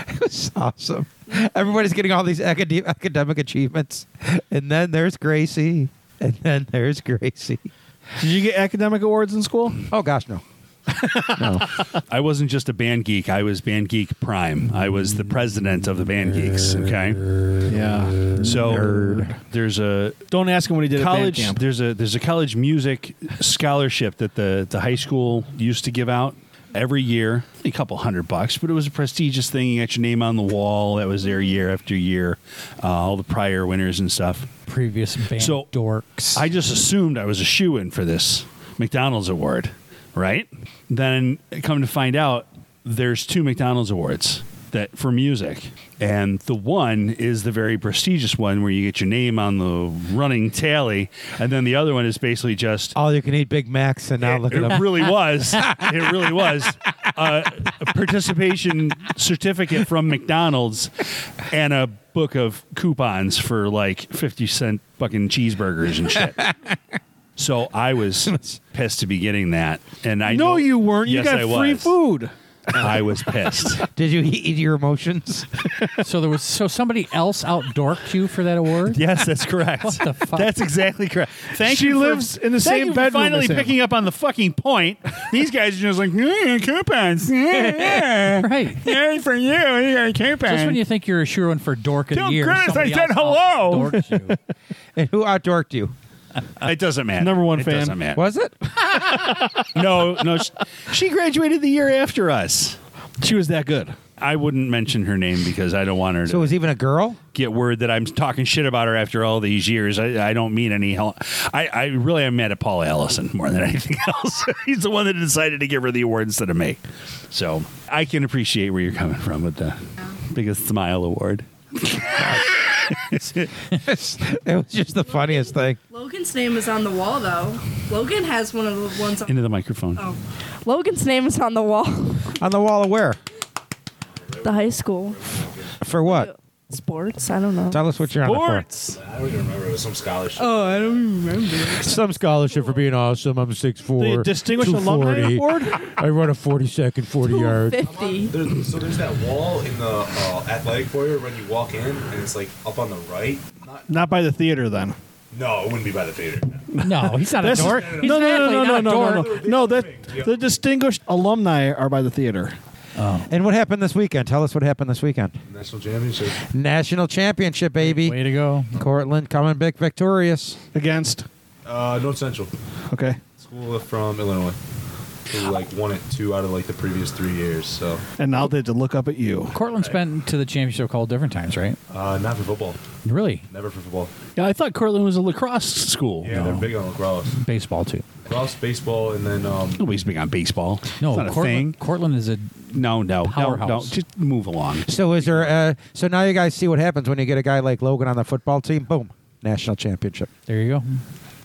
it was awesome. Everybody's getting all these academic academic achievements, and then there's Gracie, and then there's Gracie.
Did you get academic awards in school?
Oh gosh, no.
I wasn't just a band geek. I was band geek prime. I was the president of the band geeks. Okay,
Yeah.
so there's a
Don't ask him what he did
college.
at band camp.
There's a there's a college music scholarship that the the high school used to give out every year, a couple hundred bucks, but it was a prestigious thing. You got your name on the wall. That was there year after year, uh, all the prior winners and stuff.
Previous band
So,
dorks.
I just assumed I was a shoe in for this McDonald's award, right? Then come to find out, there's two McDonald's awards that for music, and the one is the very prestigious one where you get your name on the running tally, and then the other one is basically just
All you can eat Big Macs, and now look
it
at them.
really was. It really was uh, a participation certificate from McDonald's and a book of coupons for like fifty cent fucking cheeseburgers and shit. So I was pissed to be getting that, and I
No,
know-
you weren't.
Yes,
you got
I
free
was.
food.
I was pissed.
Did you eat your emotions?
so there was so somebody else out dorked you for that award?
yes, that's correct.
What the fuck?
That's exactly correct. Thank
She
you. for-
lives in the
thank
same
you for
bedroom
Finally
as him.
picking up on the fucking point. These guys are just like yeah, coupons. Yeah, yeah.
Right.
Yay for you! You got a coupon.
Just when you think you're a shoo for dork of the
Dude,
year,
Chris, I
somebody
said
else
hello.
outdorks you.
and who outdorked you?
It doesn't matter.
Number one
it
fan.
Doesn't matter.
Was it?
No, no. sh- She graduated the year after us.
She was that good.
I wouldn't mention her name because I don't want her to
So it was even a girl.
get word that I'm talking shit about her after all these years. I, I don't mean any hell. I, I really am mad at Paul Allison more than anything else. He's the one that decided to give her the award instead of me. So I can appreciate where you're coming from with the biggest smile award.
it was just the funniest thing.
Logan's name is on the wall though. Logan has one of the ones on
Into the microphone.
Oh. Logan's name is on the wall.
On the wall of where?
The high school.
For what?
Sports? I don't know.
Tell us what you're on it
I don't even remember. It was some scholarship.
Oh, I don't remember.
for. Some scholarship for being awesome. I'm six
The
four.
Distinguished Alumni Award?
I run a 40 second 40
Fifty.
There's, so there's that wall in the uh, athletic foyer when you walk in, and it's like up on the right. Not,
Not by the theater, then.
no, it wouldn't be by the theater.
No, he's not a
That's-
dork. He's
no,
an
no,
athlete,
no, no, no,
not a dork.
no, no, no. No, that the distinguished alumni are by the theater.
And what happened this weekend? Tell us what happened this weekend.
National championship.
National championship, baby.
Way to go.
Cortland coming back victorious.
Against.
Uh, North Central.
Okay.
School from Illinois. Who like won it two out of like the previous three years. So
And now they had to look up at you.
Cortland's been to the championship a couple different times, right?
uh, not for football.
Really?
Never for football.
Yeah, I thought Cortland was a lacrosse school.
Yeah, they're big on lacrosse.
Baseball too.
Lacrosse, baseball, and then um,
Nobody's big on baseball.
No,
it's not a thing.
Cortland, Cortland is a
No, no, no, no.
Powerhouse.
Just move along.
So is there? Uh, so now you guys see what happens when you get a guy like Logan on the football team. Boom, national championship.
there you go.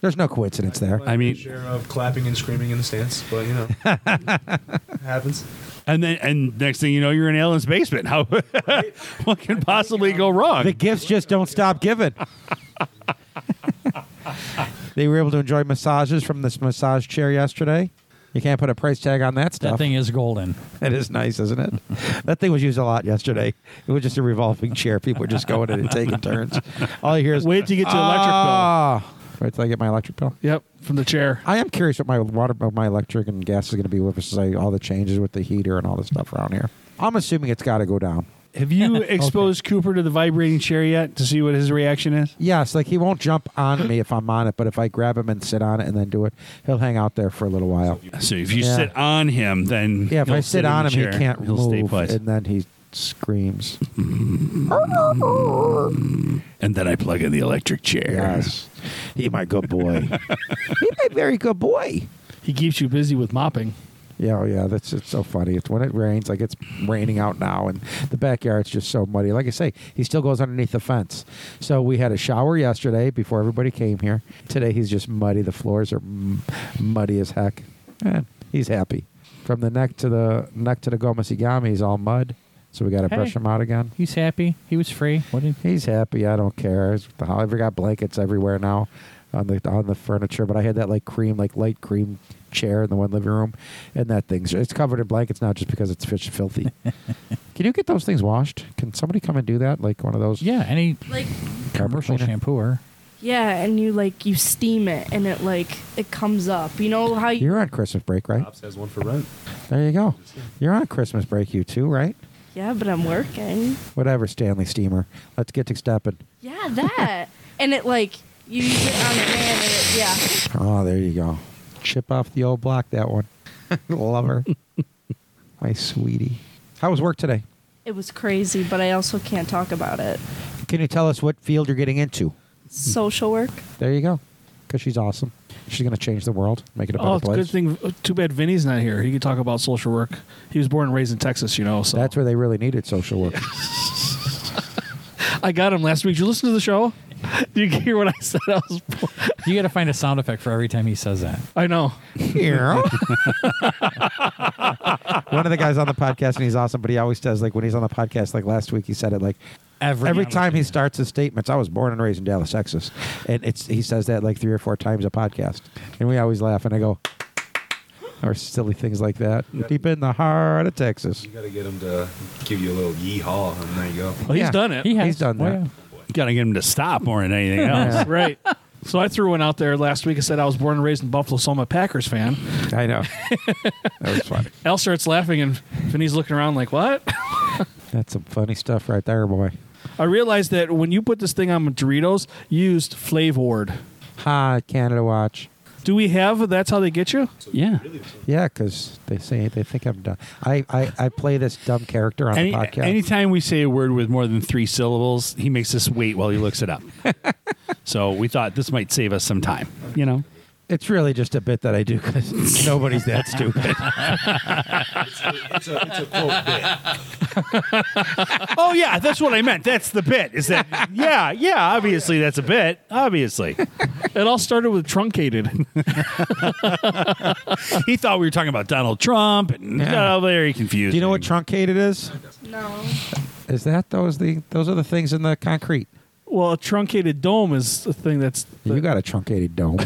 There's no coincidence there.
I mean-
share of clapping and screaming in the stands, but you know, it happens.
And then, and next thing you know, you're in Ellen's basement. How what can possibly go wrong?
The gifts just don't stop giving. they were able to enjoy massages from this massage chair yesterday. You can't put a price tag on that stuff.
That thing is golden.
That is nice, isn't it? that thing was used a lot yesterday. It was just a revolving chair. People were just going in and taking turns. All you hear is
Wait till you get your electric bill.
ah. Wait till I get my electric bill.
Yep, from the chair.
I am curious what my water, what my electric and gas is going to be with us, like all the changes with the heater and all the stuff around here. I'm assuming it's got to go down.
Have you exposed Cooper to the vibrating chair yet to see what his reaction is?
Yes, like he won't jump on me if I'm on it, but if I grab him and sit on it and then do it, he'll hang out there for a little while.
So if you
Yeah.
sit on him, then
Yeah, if
he'll
I
sit
sit
in
on
the
him, he
chair.
can't
He'll
move,
stay put.
and then he screams.
And then I plug in the electric chair.
Yes, he my good boy. he my very good boy.
He keeps you busy with mopping.
Yeah, oh yeah, that's it's so funny. It's when it rains, like it's raining out now, and the backyard's just so muddy. Like I say, he still goes underneath the fence. So we had a shower yesterday before everybody came here. Today he's just muddy. The floors are m- muddy as heck. Eh, he's happy. From the neck to the neck to the gomasigami, he's all mud. So we got to
Hey.
brush him out again.
He's happy. He was free. What did
He's happy. I don't care. It's- I've got blankets everywhere now on the on the furniture. But I had that like cream, like light cream chair in the one living room, and that thing's it's covered in blankets now just because it's fish filthy. Can you get those things washed? Can somebody come and do that? Like one of those?
Yeah, any
Like,
commercial
cleaner?
shampooer.
yeah, and you like you steam it, and it like it comes up. You know how you?
You're on Christmas break, right?
Pops has one for rent.
There you go. You're on Christmas break, you two, right?
Yeah, but I'm working.
Whatever, Stanley Steamer. Let's get to stepping.
Yeah, that. and it like you use it on the man, and it yeah.
Oh, there you go. Chip off the old block, that one. Love her. My sweetie. How was work today?
It was crazy, but I also can't talk about it.
Can you tell us what field you're getting into?
Social work.
There you go. Because she's awesome. She's going to change the world, make it a better
Oh, it's a good
place.
thing. Too bad Vinny's not here. He could talk about social work. He was born and raised in Texas, you know. So
That's where they really needed social work.
I got him last week. Did you listen to the show? Did you hear what I said? I was.
You got to find a sound effect for every time he says that.
I know.
Here. One of the guys on the podcast, and he's awesome, but he always says, like, when he's on the podcast, like last week, he said it like,
Every
every time he starts his statements, I was born and raised in Dallas, Texas. And it's he says that like three or four times a podcast. And we always laugh, and I go, or silly things like that. Deep in the heart of Texas.
You gotta get him to give you a little yeehaw, and there you go.
Well, he's
Yeah.
done it.
He has
He's done
Oh,
that.
yeah.
Got to get him to stop more than anything else.
Yeah.
Right. So I threw one out there last week. I said I was born and raised in Buffalo, so I'm a Packers fan.
I know. that was funny.
Al starts laughing, and Vinny's looking around like, "What?"
That's some funny stuff right there, boy.
I realized that when you put this thing on Doritos, you used Flavored.
Ha, Canada Watch.
Do we have? That's how they get you.
Yeah.
Yeah, because they say they think I'm dumb. I, I, I play this dumb character on
Any,
the podcast.
anytime we say a word with more than three syllables, he makes us wait while he looks it up. so we thought this might save us some time. You know,
it's really just a bit that I do because nobody's that stupid.
It's a, it's a, it's a quote bit.
oh yeah, that's what I meant. That's the bit. Is that yeah, yeah, obviously that's a bit. Obviously.
It all started with truncated.
He thought we were talking about Donald Trump and
Yeah.
got all very confused.
do you know what truncated is?
No.
Is that those the those are the things in the concrete?
well, a truncated dome is the thing that's.
You got a truncated dome.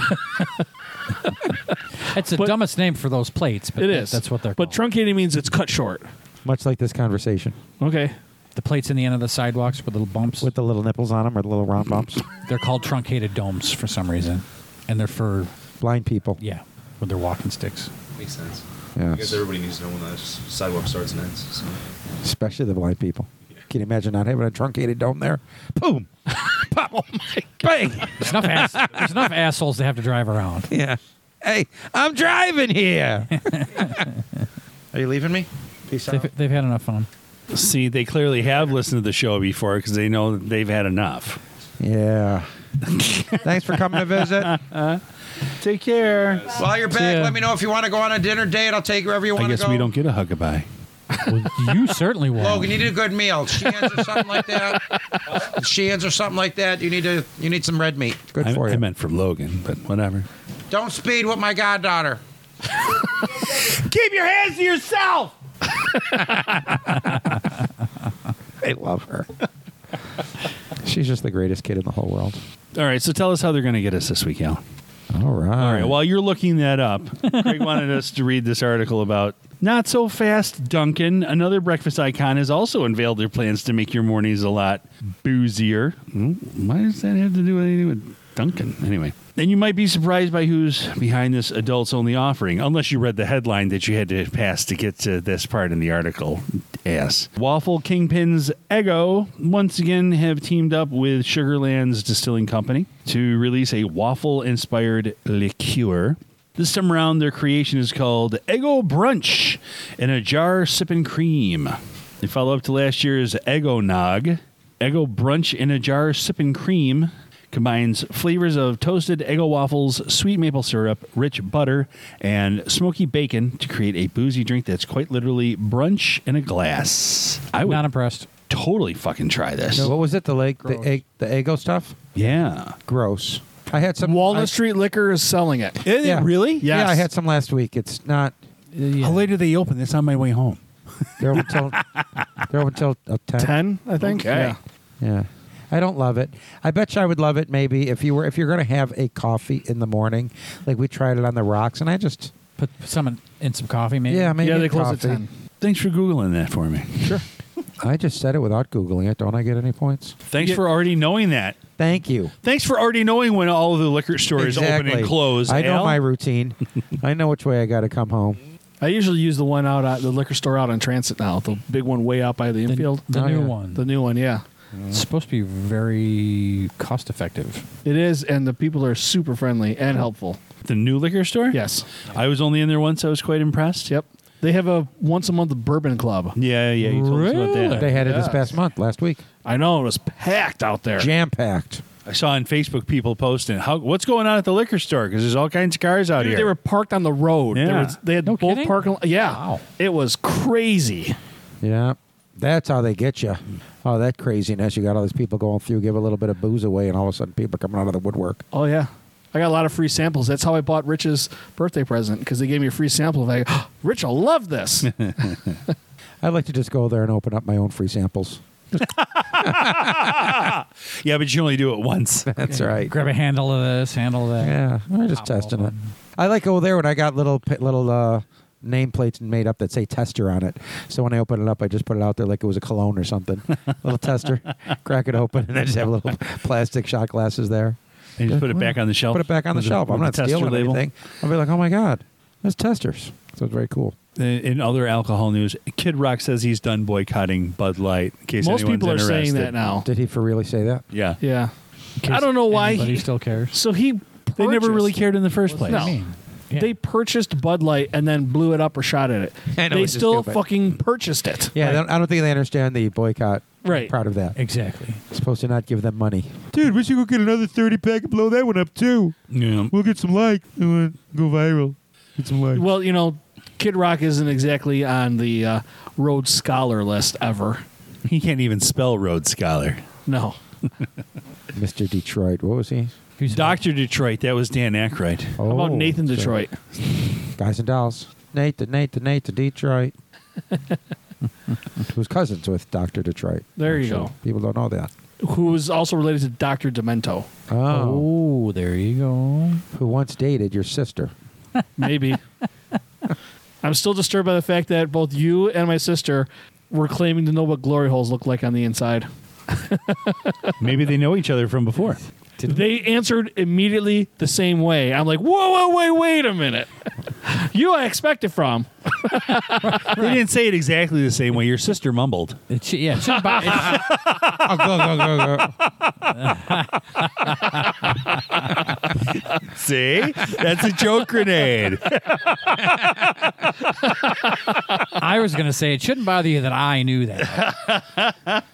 That's the
But-
dumbest name for those plates. But
It
that-
is.
That's what they're
But
called.
truncated means it's cut short.
Much like this conversation
Okay.
the plates in the end of the sidewalks with little bumps.
with the little nipples on them or the little round bumps.
they're called truncated domes for some reason, and they're for
Blind people.
yeah, with their walking sticks.
Makes sense. I guess
Yes.
everybody needs to know when the s- sidewalk starts and ends. So.
Especially the blind people. Can you imagine not having a truncated dome there? Boom. Pop. Oh my Bang.
There's enough, ass, there's enough assholes to have to drive around.
Yeah. Hey, I'm driving here. Are you leaving me? Peace
They've, they've had enough fun.
See, they clearly have listened to the show before because they know that they've had enough.
Yeah. Thanks for coming to visit.
Take care.
While you're back,
ya.
let me know if you want to go on a dinner date. I'll take you wherever you want
I
to
guess
go.
we don't get a hug goodbye.
Well, you certainly will.
Oh,
Logan, you need a good meal. Sheehan's or something like that. Sheehan's or something like that. You need to. You need some red meat. Good
I,
for
I
you.
meant from Logan, but whatever.
Don't speed with my goddaughter.
Keep your hands to yourself.
I love her. She's just the greatest kid in the whole world.
All right, so tell us how they're going to get us this week, Al.
All right.
All right. While you're looking that up, Craig wanted us to read this article about not so fast Duncan. Another breakfast icon has also unveiled their plans to make your mornings a lot boozier. Hmm, Why does that have to do with anything with Duncan? Anyway. And you might be surprised by who's behind this adults only offering, unless you read the headline that you had to pass to get to this part in the article. Ass. Waffle Kingpins Ego once again have teamed up with Sugarlands Distilling Company to release a waffle inspired liqueur. This time around, their creation is called Ego Brunch in a jar sipping cream. They follow up to last year's Ego Nog. Ego Brunch in a jar sipping cream combines flavors of toasted Eggo waffles, sweet maple syrup, rich butter, and smoky bacon to create a boozy drink that's quite literally brunch in a glass. I would
Not impressed.
totally fucking try this.
So what was it? The like the
Gross.
egg, the ego stuff.
Yeah.
Gross. I had some
Walnut
I-
Street Liquor is selling it.
Is
Yeah. Yeah, I
Yes.
had some last week. It's not.
How late do they open? That's on my way home.
They're open till. they're open till uh, ten.
Ten, I think.
Okay.
Yeah. I don't love it. I bet you I would love it maybe if you were if you're gonna have a coffee in the morning, like we tried it on the rocks, and I just
Put some in, in some coffee, maybe.
yeah maybe
Yeah, they
a
close
coffee.
at ten.
Thanks for Googling that for me.
I just said it without googling it. Don't I get any points?
Thanks for already knowing that.
Thank you.
Thanks for already knowing when all of the liquor stores
exactly.
open and close.
I know
Al.
my routine. I know which way I got to come home.
I usually use the one out at the liquor store out on Transit now, the big one way out by the
The,
infield.
the
Oh,
new
yeah.
one.
The new one, yeah.
it's supposed to be very cost effective.
It is, and the people are super friendly and helpful.
The new liquor store?
Yes.
I was only in there once. I was quite impressed.
Yep. They have a once a month bourbon club.
Yeah, yeah. You told us about that.
They had it this
Yeah.
past month, last week,
I know it was packed out there.
jam packed.
I saw on Facebook people posting, how, what's going on at the liquor store? Because there's all kinds of cars out
Dude,
here.
they were parked on the road. There
Yeah.
was- they had
No
both
kidding?
parking. Yeah.
Wow.
It was crazy.
Yeah, that's how they get you. Oh, that craziness! You got all these people going through, give a little bit of booze away, and all of a sudden people are coming out of the woodwork.
Oh yeah. I got a lot of free samples. That's how I bought Rich's birthday present because they gave me a free sample. Of like, Rich will love this.
I'd like to just go there and open up my own free samples.
yeah, but you only do it once.
That's right.
Grab a handle of this, handle of that.
Yeah, I'm just
Pop
testing it.
open.
I like over there when I got little pi- little uh, nameplates made up that say tester on it. So when I open it up, I just put it out there like it was a cologne or something. little tester, crack it open, and then just have little plastic shot glasses there.
And just put it back on the shelf.
Put it back on the
with a-
shelf. I'm
with a
not
tester
stealing
label.
anything. I'll be like, oh my god, that's testers. So it's very cool.
In Uh, in other alcohol news, Kid Rock says he's done boycotting Bud Light. In case
Most
anyone's
people are saying
interested.
that now.
Did he for really say that?
Yeah.
Yeah.
In case
I don't know why
Anybody
he-
still cares.
So he.
They never really cared in the first place.
No.
Yeah.
They purchased Bud Light and then blew it up or shot at it.
I know,
they
it's just
still
stupid.
fucking purchased it.
Yeah, I don't- I don't think they understand the boycott
Right.
part of that.
Exactly.
It's supposed to not give them money. Dude, we should go get another 30 pack and blow that one up too.
Yeah.
We'll get some like and we'll go viral. Get some like.
Well, you know, Kid Rock isn't exactly on the uh, Rhodes Scholar list ever.
He can't even spell Rhodes Scholar.
No.
Mr. Detroit. What was he?
Who's
Dr. Detroit, that was Dan Aykroyd.
How about
Oh,
Nathan
so-
Detroit?
Guys and dolls. Nathan, Nathan, Nathan, Detroit. Who's cousins with Dr. Detroit.
There you go.
People don't know that.
Who is also related to Dr. Demento.
Oh.
Oh, there you go.
Who once dated your sister.
Maybe. I'm still disturbed by the fact that both you and my sister were claiming to know what glory holes look like on the inside.
Maybe they know each other from before.
They answered immediately the same way. I'm like, whoa, whoa, wait, wait a minute. you I expect it from.
They didn't say it exactly the same way. Your sister mumbled.
It should, yeah, it should bo- it-
Oh, go, go, go, go.
See? That's a joke grenade.
I was gonna say it shouldn't bother you that I knew that.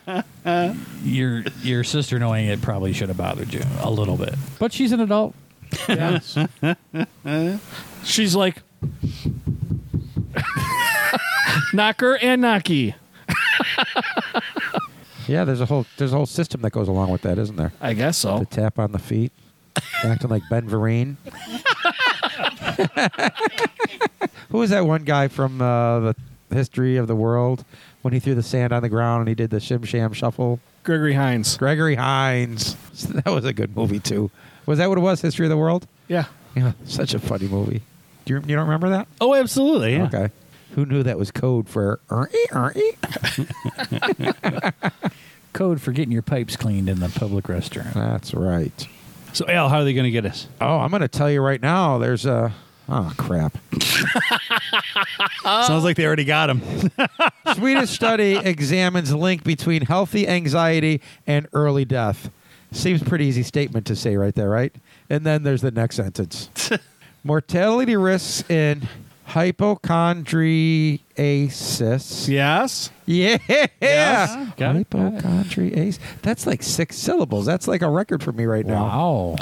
your your sister knowing it probably should have bothered you a little bit, but she's an adult.
She's like, knocker and knocky.
Yeah, there's a whole there's a whole system that goes along with that, isn't there?
I guess
The
so.
tap on the feet, acting like Ben Vereen. Who was that one guy from uh, the history of the world when he threw the sand on the ground and he did the shim sham shuffle?
Gregory Hines.
Gregory Hines. That was a good movie too. Was that what it was? History of the world.
Yeah.
Yeah, such a funny movie. Do you, you don't remember that?
Oh, absolutely. Yeah.
Okay. Who knew that was code for er-ee, er-ee?
Code for getting your pipes cleaned in the public restroom.
That's right.
So, Al, how are they going to get us?
Oh, I'm going to tell you right now. There's a oh crap.
Sounds like they already got him.
Swedish study examines link between healthy anxiety and early death. Seems pretty easy statement to say right there, right? And then there's the next sentence. Mortality risks in hypochondriasis.
Yes.
Yeah.
Got it.
Hypochondriasis. That's like six syllables. That's like a record for me right now.
Wow.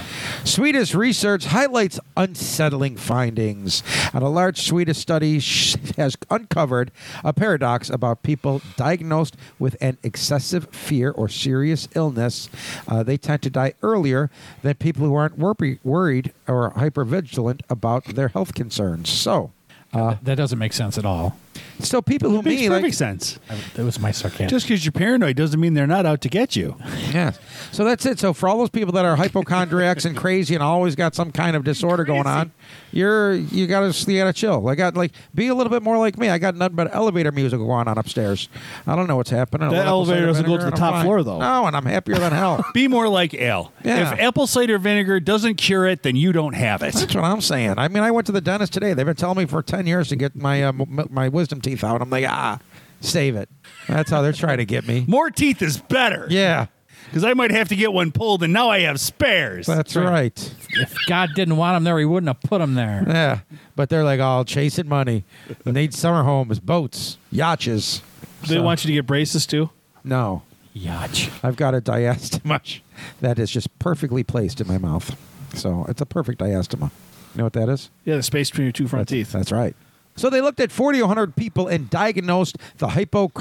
Swedish research highlights unsettling findings, and a large Swedish study sh- has uncovered a paradox about people diagnosed with an excessive fear or serious illness. Uh, they tend to die earlier than people who aren't worry- worried or hypervigilant about their health concerns. So,
that doesn't make sense at all.
so people who
Makes
mean
perfect
like,
sense.
I- That was my sarcasm.
Just because you're paranoid doesn't mean they're not out to get you.
yeah. So that's it. So for all those people that are hypochondriacs and crazy and always got some kind of disorder going on, you're you gotta you gotta chill. I got like be a little bit more like me. I got nothing but elevator music going on upstairs. I don't know what's happening.
That
I love
elevator
apple cider
doesn't go to
vinegar
the
and
top
I'm fine.
floor, though.
No, and I'm happier than hell.
Be more like Al.
Yeah.
If apple cider vinegar doesn't cure it, then you don't have it.
That's what I'm saying. I mean, I went to the dentist today. They've been telling me for ten years to get my uh, m- my wisdom teeth out. I'm like, ah, save it. That's how they're trying to get me.
More teeth is better.
Yeah,
Because I might have to get one pulled, and now I have spares.
that's right.
if God didn't want him there, he wouldn't have put him there.
Yeah, but they're like all chasing money. They need summer homes, boats, yachts.
They want you to get braces too.
No,
Yatch.
I've got a diastema that is just perfectly placed in my mouth. So it's a perfect diastema. You know what that is?
Yeah, the space between your two front teeth.
That's right. So they looked at 40 to 100 people and diagnosed the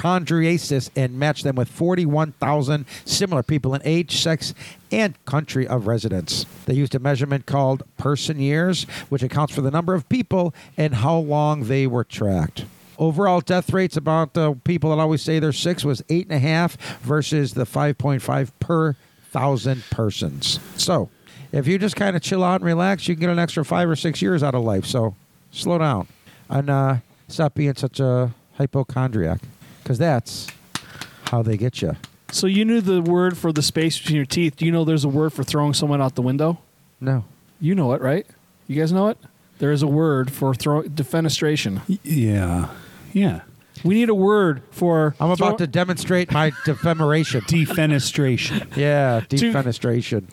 hypochondriasis and matched them with 41,000 similar people in age, sex, and country of residence. They used a measurement called person years, which accounts for the number of people and how long they were tracked. Overall death rates about the people that always say they're six was eight and a half versus the 5.5 per thousand persons. So if you just kind of chill out and relax, you can get an extra five or six years out of life. So slow down and uh, stop being such a hypochondriac because that's how they get you.
So you knew the word for the space between your teeth. Do you know there's a word for throwing someone out the window?
No.
You know it, right? You guys know it. There is a word for throw defenestration.
yeah. Yeah.
We need a word for.
I'm
throw-
about to demonstrate my defemoration.
Defenestration.
yeah, defenestration.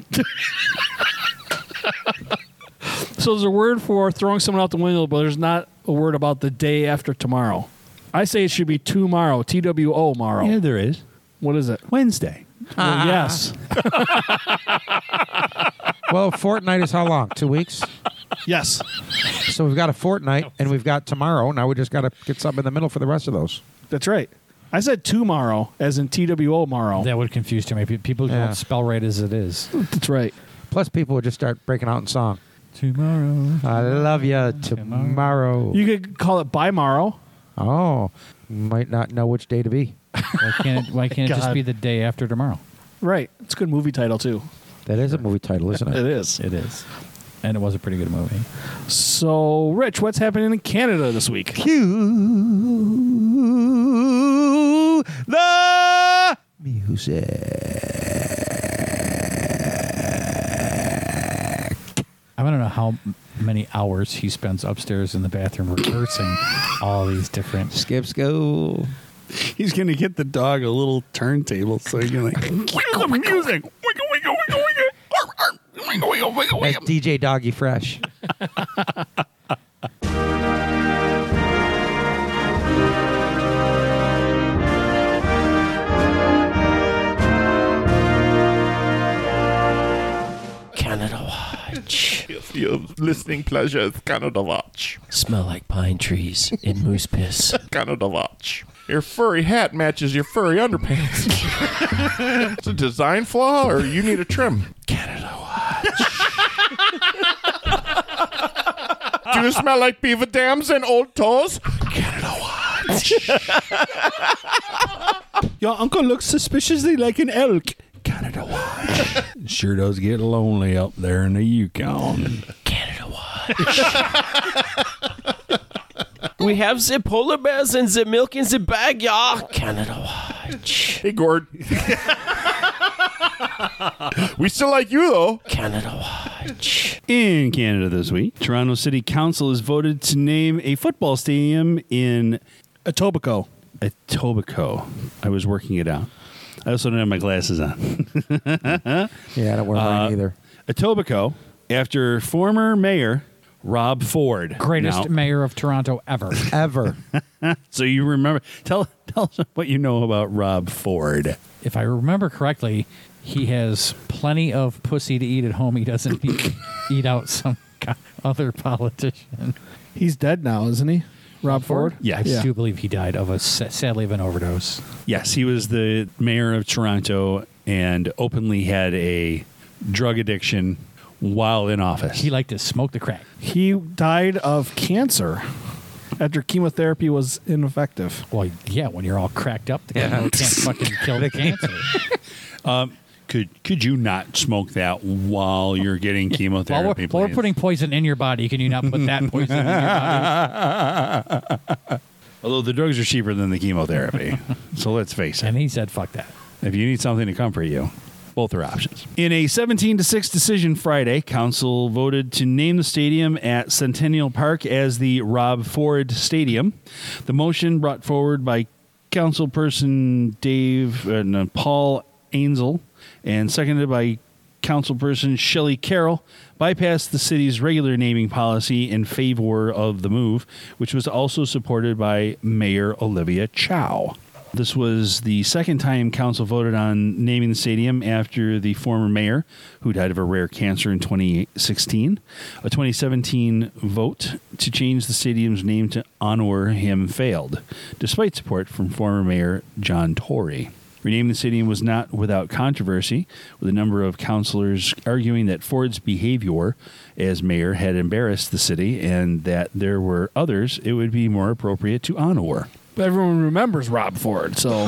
So there's a word for throwing someone out the window, but there's not a word about the day after tomorrow. I say it should be tomorrow. T W O tomorrow.
Yeah, there is.
What is it?
Wednesday.
Well, yes.
well, fortnight is how long? Two weeks?
yes.
So we've got a fortnight and we've got tomorrow. Now we just got to get something in the middle for the rest of those.
That's right. I said tomorrow, as in T W O tomorrow.
That would confuse too many people. People
Yeah.
don't spell right as it is.
That's right.
Plus, people would just start breaking out in song.
Tomorrow.
I love you tomorrow.
You could call it by morrow.
Oh, might not know which day to be.
Why can't it, why can't it just
God.
be the day after tomorrow?
Right. It's a good movie title too.
That is a movie title, isn't
It
it?
is.
It is. And it was a pretty good movie.
So, Rich, what's happening in Canada this week?
Cue the music.
I want to know how m- many hours he spends upstairs in the bathroom rehearsing all these different.
Skip school.
He's going to get the dog a little turntable so he can like. Wiggle the music. Wiggle, wiggle, wiggle, wiggle. Arr, arr. Wiggle, wiggle, wiggle,
That's
wiggle.
DJ Doggy Fresh.
Canada Watch.
If your listening pleasure is Canada Watch.
Smell like pine trees in moose piss.
Canada Watch. Your furry hat matches your furry underpants. it's a design flaw, or you need a trim. Canada Watch. Do you smell like beaver dams and old toes? Canada Watch.
Your uncle looks suspiciously like an elk. Canada Watch. sure does get lonely up there in the Yukon.
Canada Watch. We have the polar bears and the milk in the bag, yeah. Canada Watch.
Hey, Gord. we still like you, though.
Canada Watch.
In Canada this week, Toronto City Council has voted to name a football stadium in
Etobicoke.
Etobicoke. I was working it out. I also don't have my glasses on.
Yeah, I don't wear mine either.
Etobicoke, after former mayor Rob Ford.
Greatest
Now-
mayor of Toronto ever.
Ever.
So you remember? Tell tell us what you know about Rob Ford.
if I remember correctly, he has plenty of pussy to eat at home. He doesn't eat, eat out some co- other politician.
He's dead now, isn't he? Rob Ford?
Yes.
I do believe he died of a sa- sadly of an overdose.
Yes, he was the mayor of Toronto and openly had a drug addiction while in office.
He liked to smoke the crack.
He died of cancer after chemotherapy was ineffective.
Well, yeah, when you're all cracked up, the chemo can't fucking kill the cancer.
could could you not smoke that while you're getting
While
chemotherapy?
we're, while we're
please?
putting poison in your body, can you not put that poison in your body?
Although the drugs are cheaper than the chemotherapy. so let's face it.
And he said, fuck that.
If you need something to comfort you, both are options. In a 17 to 6 decision Friday, council voted to name the stadium at Centennial Park as the Rob Ford Stadium. The motion brought forward by councilperson Dave uh, no, Paul Ainzel and seconded by councilperson Shelley Carroll bypassed the city's regular naming policy in favor of the move, which was also supported by Mayor Olivia Chow. This was the second time council voted on naming the stadium after the former mayor, who died of a rare cancer in 2016. A 2017 vote to change the stadium's name to honor him failed, despite support from former mayor John Tory. Renaming the stadium was not without controversy, with a number of councilors arguing that Ford's behavior as mayor had embarrassed the city and that there were others it would be more appropriate to honor.
But everyone remembers Rob Ford, so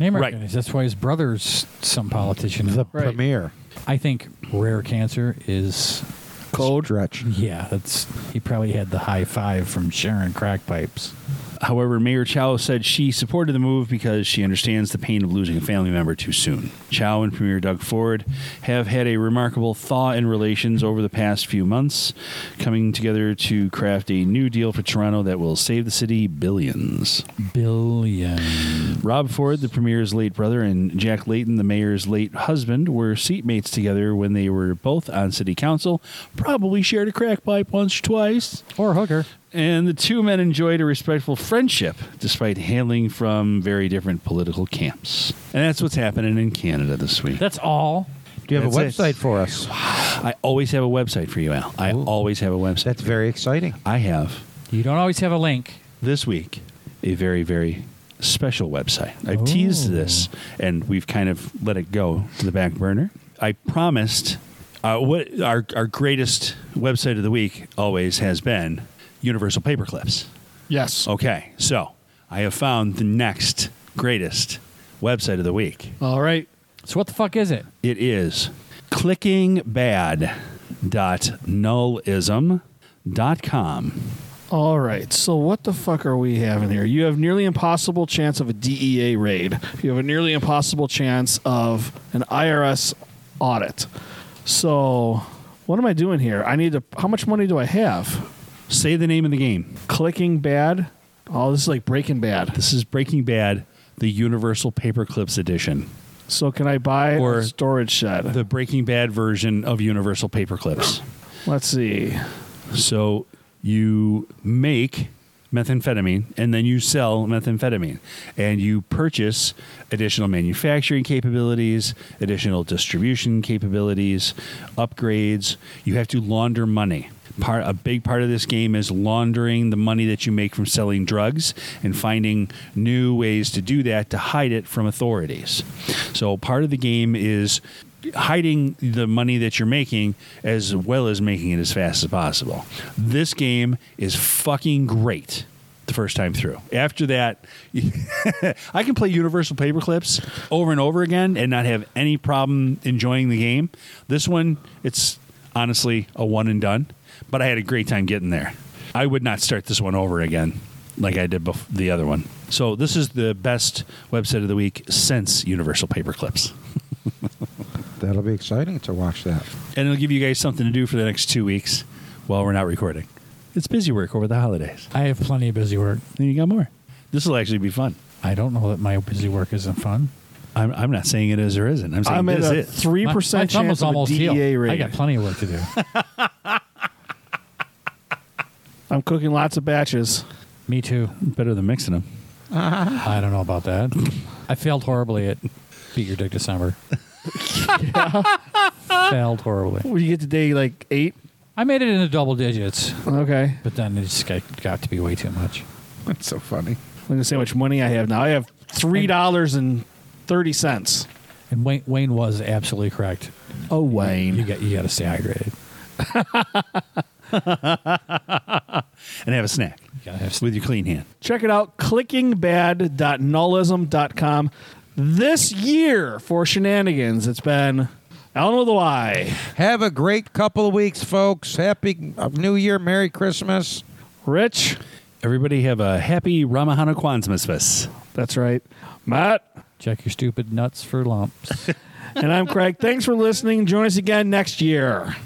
Name
Right.
recognized. That's why his brother's some politician.
The
Right.
premier.
I think rare cancer is
Cold. Stretch.
Yeah, that's he probably had the high five from Sharon crack pipes.
However, Mayor Chow said she supported the move because she understands the pain of losing a family member too soon. Chow and Premier Doug Ford have had a remarkable thaw in relations over the past few months, coming together to craft a new deal for Toronto that will save the city billions.
Billion.
Rob Ford, the premier's late brother, and Jack Layton, the mayor's late husband, were seatmates together when they were both on city council. Probably shared a crack pipe once or twice.
Or hooker.
And the two men enjoyed a respectful friendship despite hailing from very different political camps. And that's what's happening in Canada this week.
That's all.
Do you have
That's
a
it.
website for us?
I always have a website for you, Al. I always have a website.
That's very exciting.
I have
You don't always have a link.
this week a very, very special website. I've teased this and we've kind of let it go to the back burner. I promised uh, what our, our greatest website of the week always has been Universal Paperclips.
yes.
Okay, so I have found the next greatest website of the week.
All right.
So what the fuck is it?
It is clickingbad.nullism.com.
All right. So what the fuck are we having here? You have nearly impossible chance of a DEA raid. You have a nearly impossible chance of an IRS audit. So what am I doing here? I need to how much money do I have?
Say the name of the game.
Clicking bad? Oh, this is like breaking bad.
This is Breaking Bad, the Universal Paperclips edition,
So can I buy
Or
a storage shed?
the Breaking Bad version of Universal Paperclips.
Let's see.
So you make methamphetamine and then you sell methamphetamine and you purchase additional manufacturing capabilities, additional distribution capabilities, upgrades. You have to launder money. Part, a big part of this game is laundering the money that you make from selling drugs and finding new ways to do that to hide it from authorities. So, part of the game is hiding the money that you're making as well as making it as fast as possible. This game is fucking great the first time through. After that, I can play Universal Paperclips over and over again and not have any problem enjoying the game. This one, it's honestly a one and done. but I had a great time getting there. I would not start this one over again like I did bef- the other one. So this is the best website of the week since Universal Paperclips.
That'll be exciting to watch that.
And it'll give you guys something to do for the next two weeks while we're not recording. It's busy work over the holidays.
I have plenty of busy work.
And you got more. This will actually be fun.
I don't know that my busy work isn't fun.
I'm, I'm not saying it is or isn't. I'm saying
I'm at
this
a
is.
three
My- my
percent
thumb
chance
was
of a
almost healed.
DEA
I
raid.
got plenty of work to do.
I'm cooking lots of batches.
Me too.
Better than mixing them.
I don't know about that. I failed horribly at Beat Your Dick December. failed horribly.
Well, you get to day like eight.
I made it into double digits,
Okay,
but then it just got, got to be way too much.
That's so funny.
look at how much money I have now. I have three dollars and thirty cents.
And Wayne, Wayne was absolutely correct.
Oh
You
Wayne,
got you got to stay hydrated.
And have a snack
You got to have
with your clean hand.
check it out. Clickingbad.nullism.com. This year for shenanigans, it's been I don't know the why.
Have a great couple of weeks, folks. Happy uh, New Year. Merry Christmas.
Rich,
Everybody have a happy Ramahana Kwanzmasmas.
that's right. Matt,
check your stupid nuts for lumps.
and I'm Craig. Thanks for listening. Join us again next year.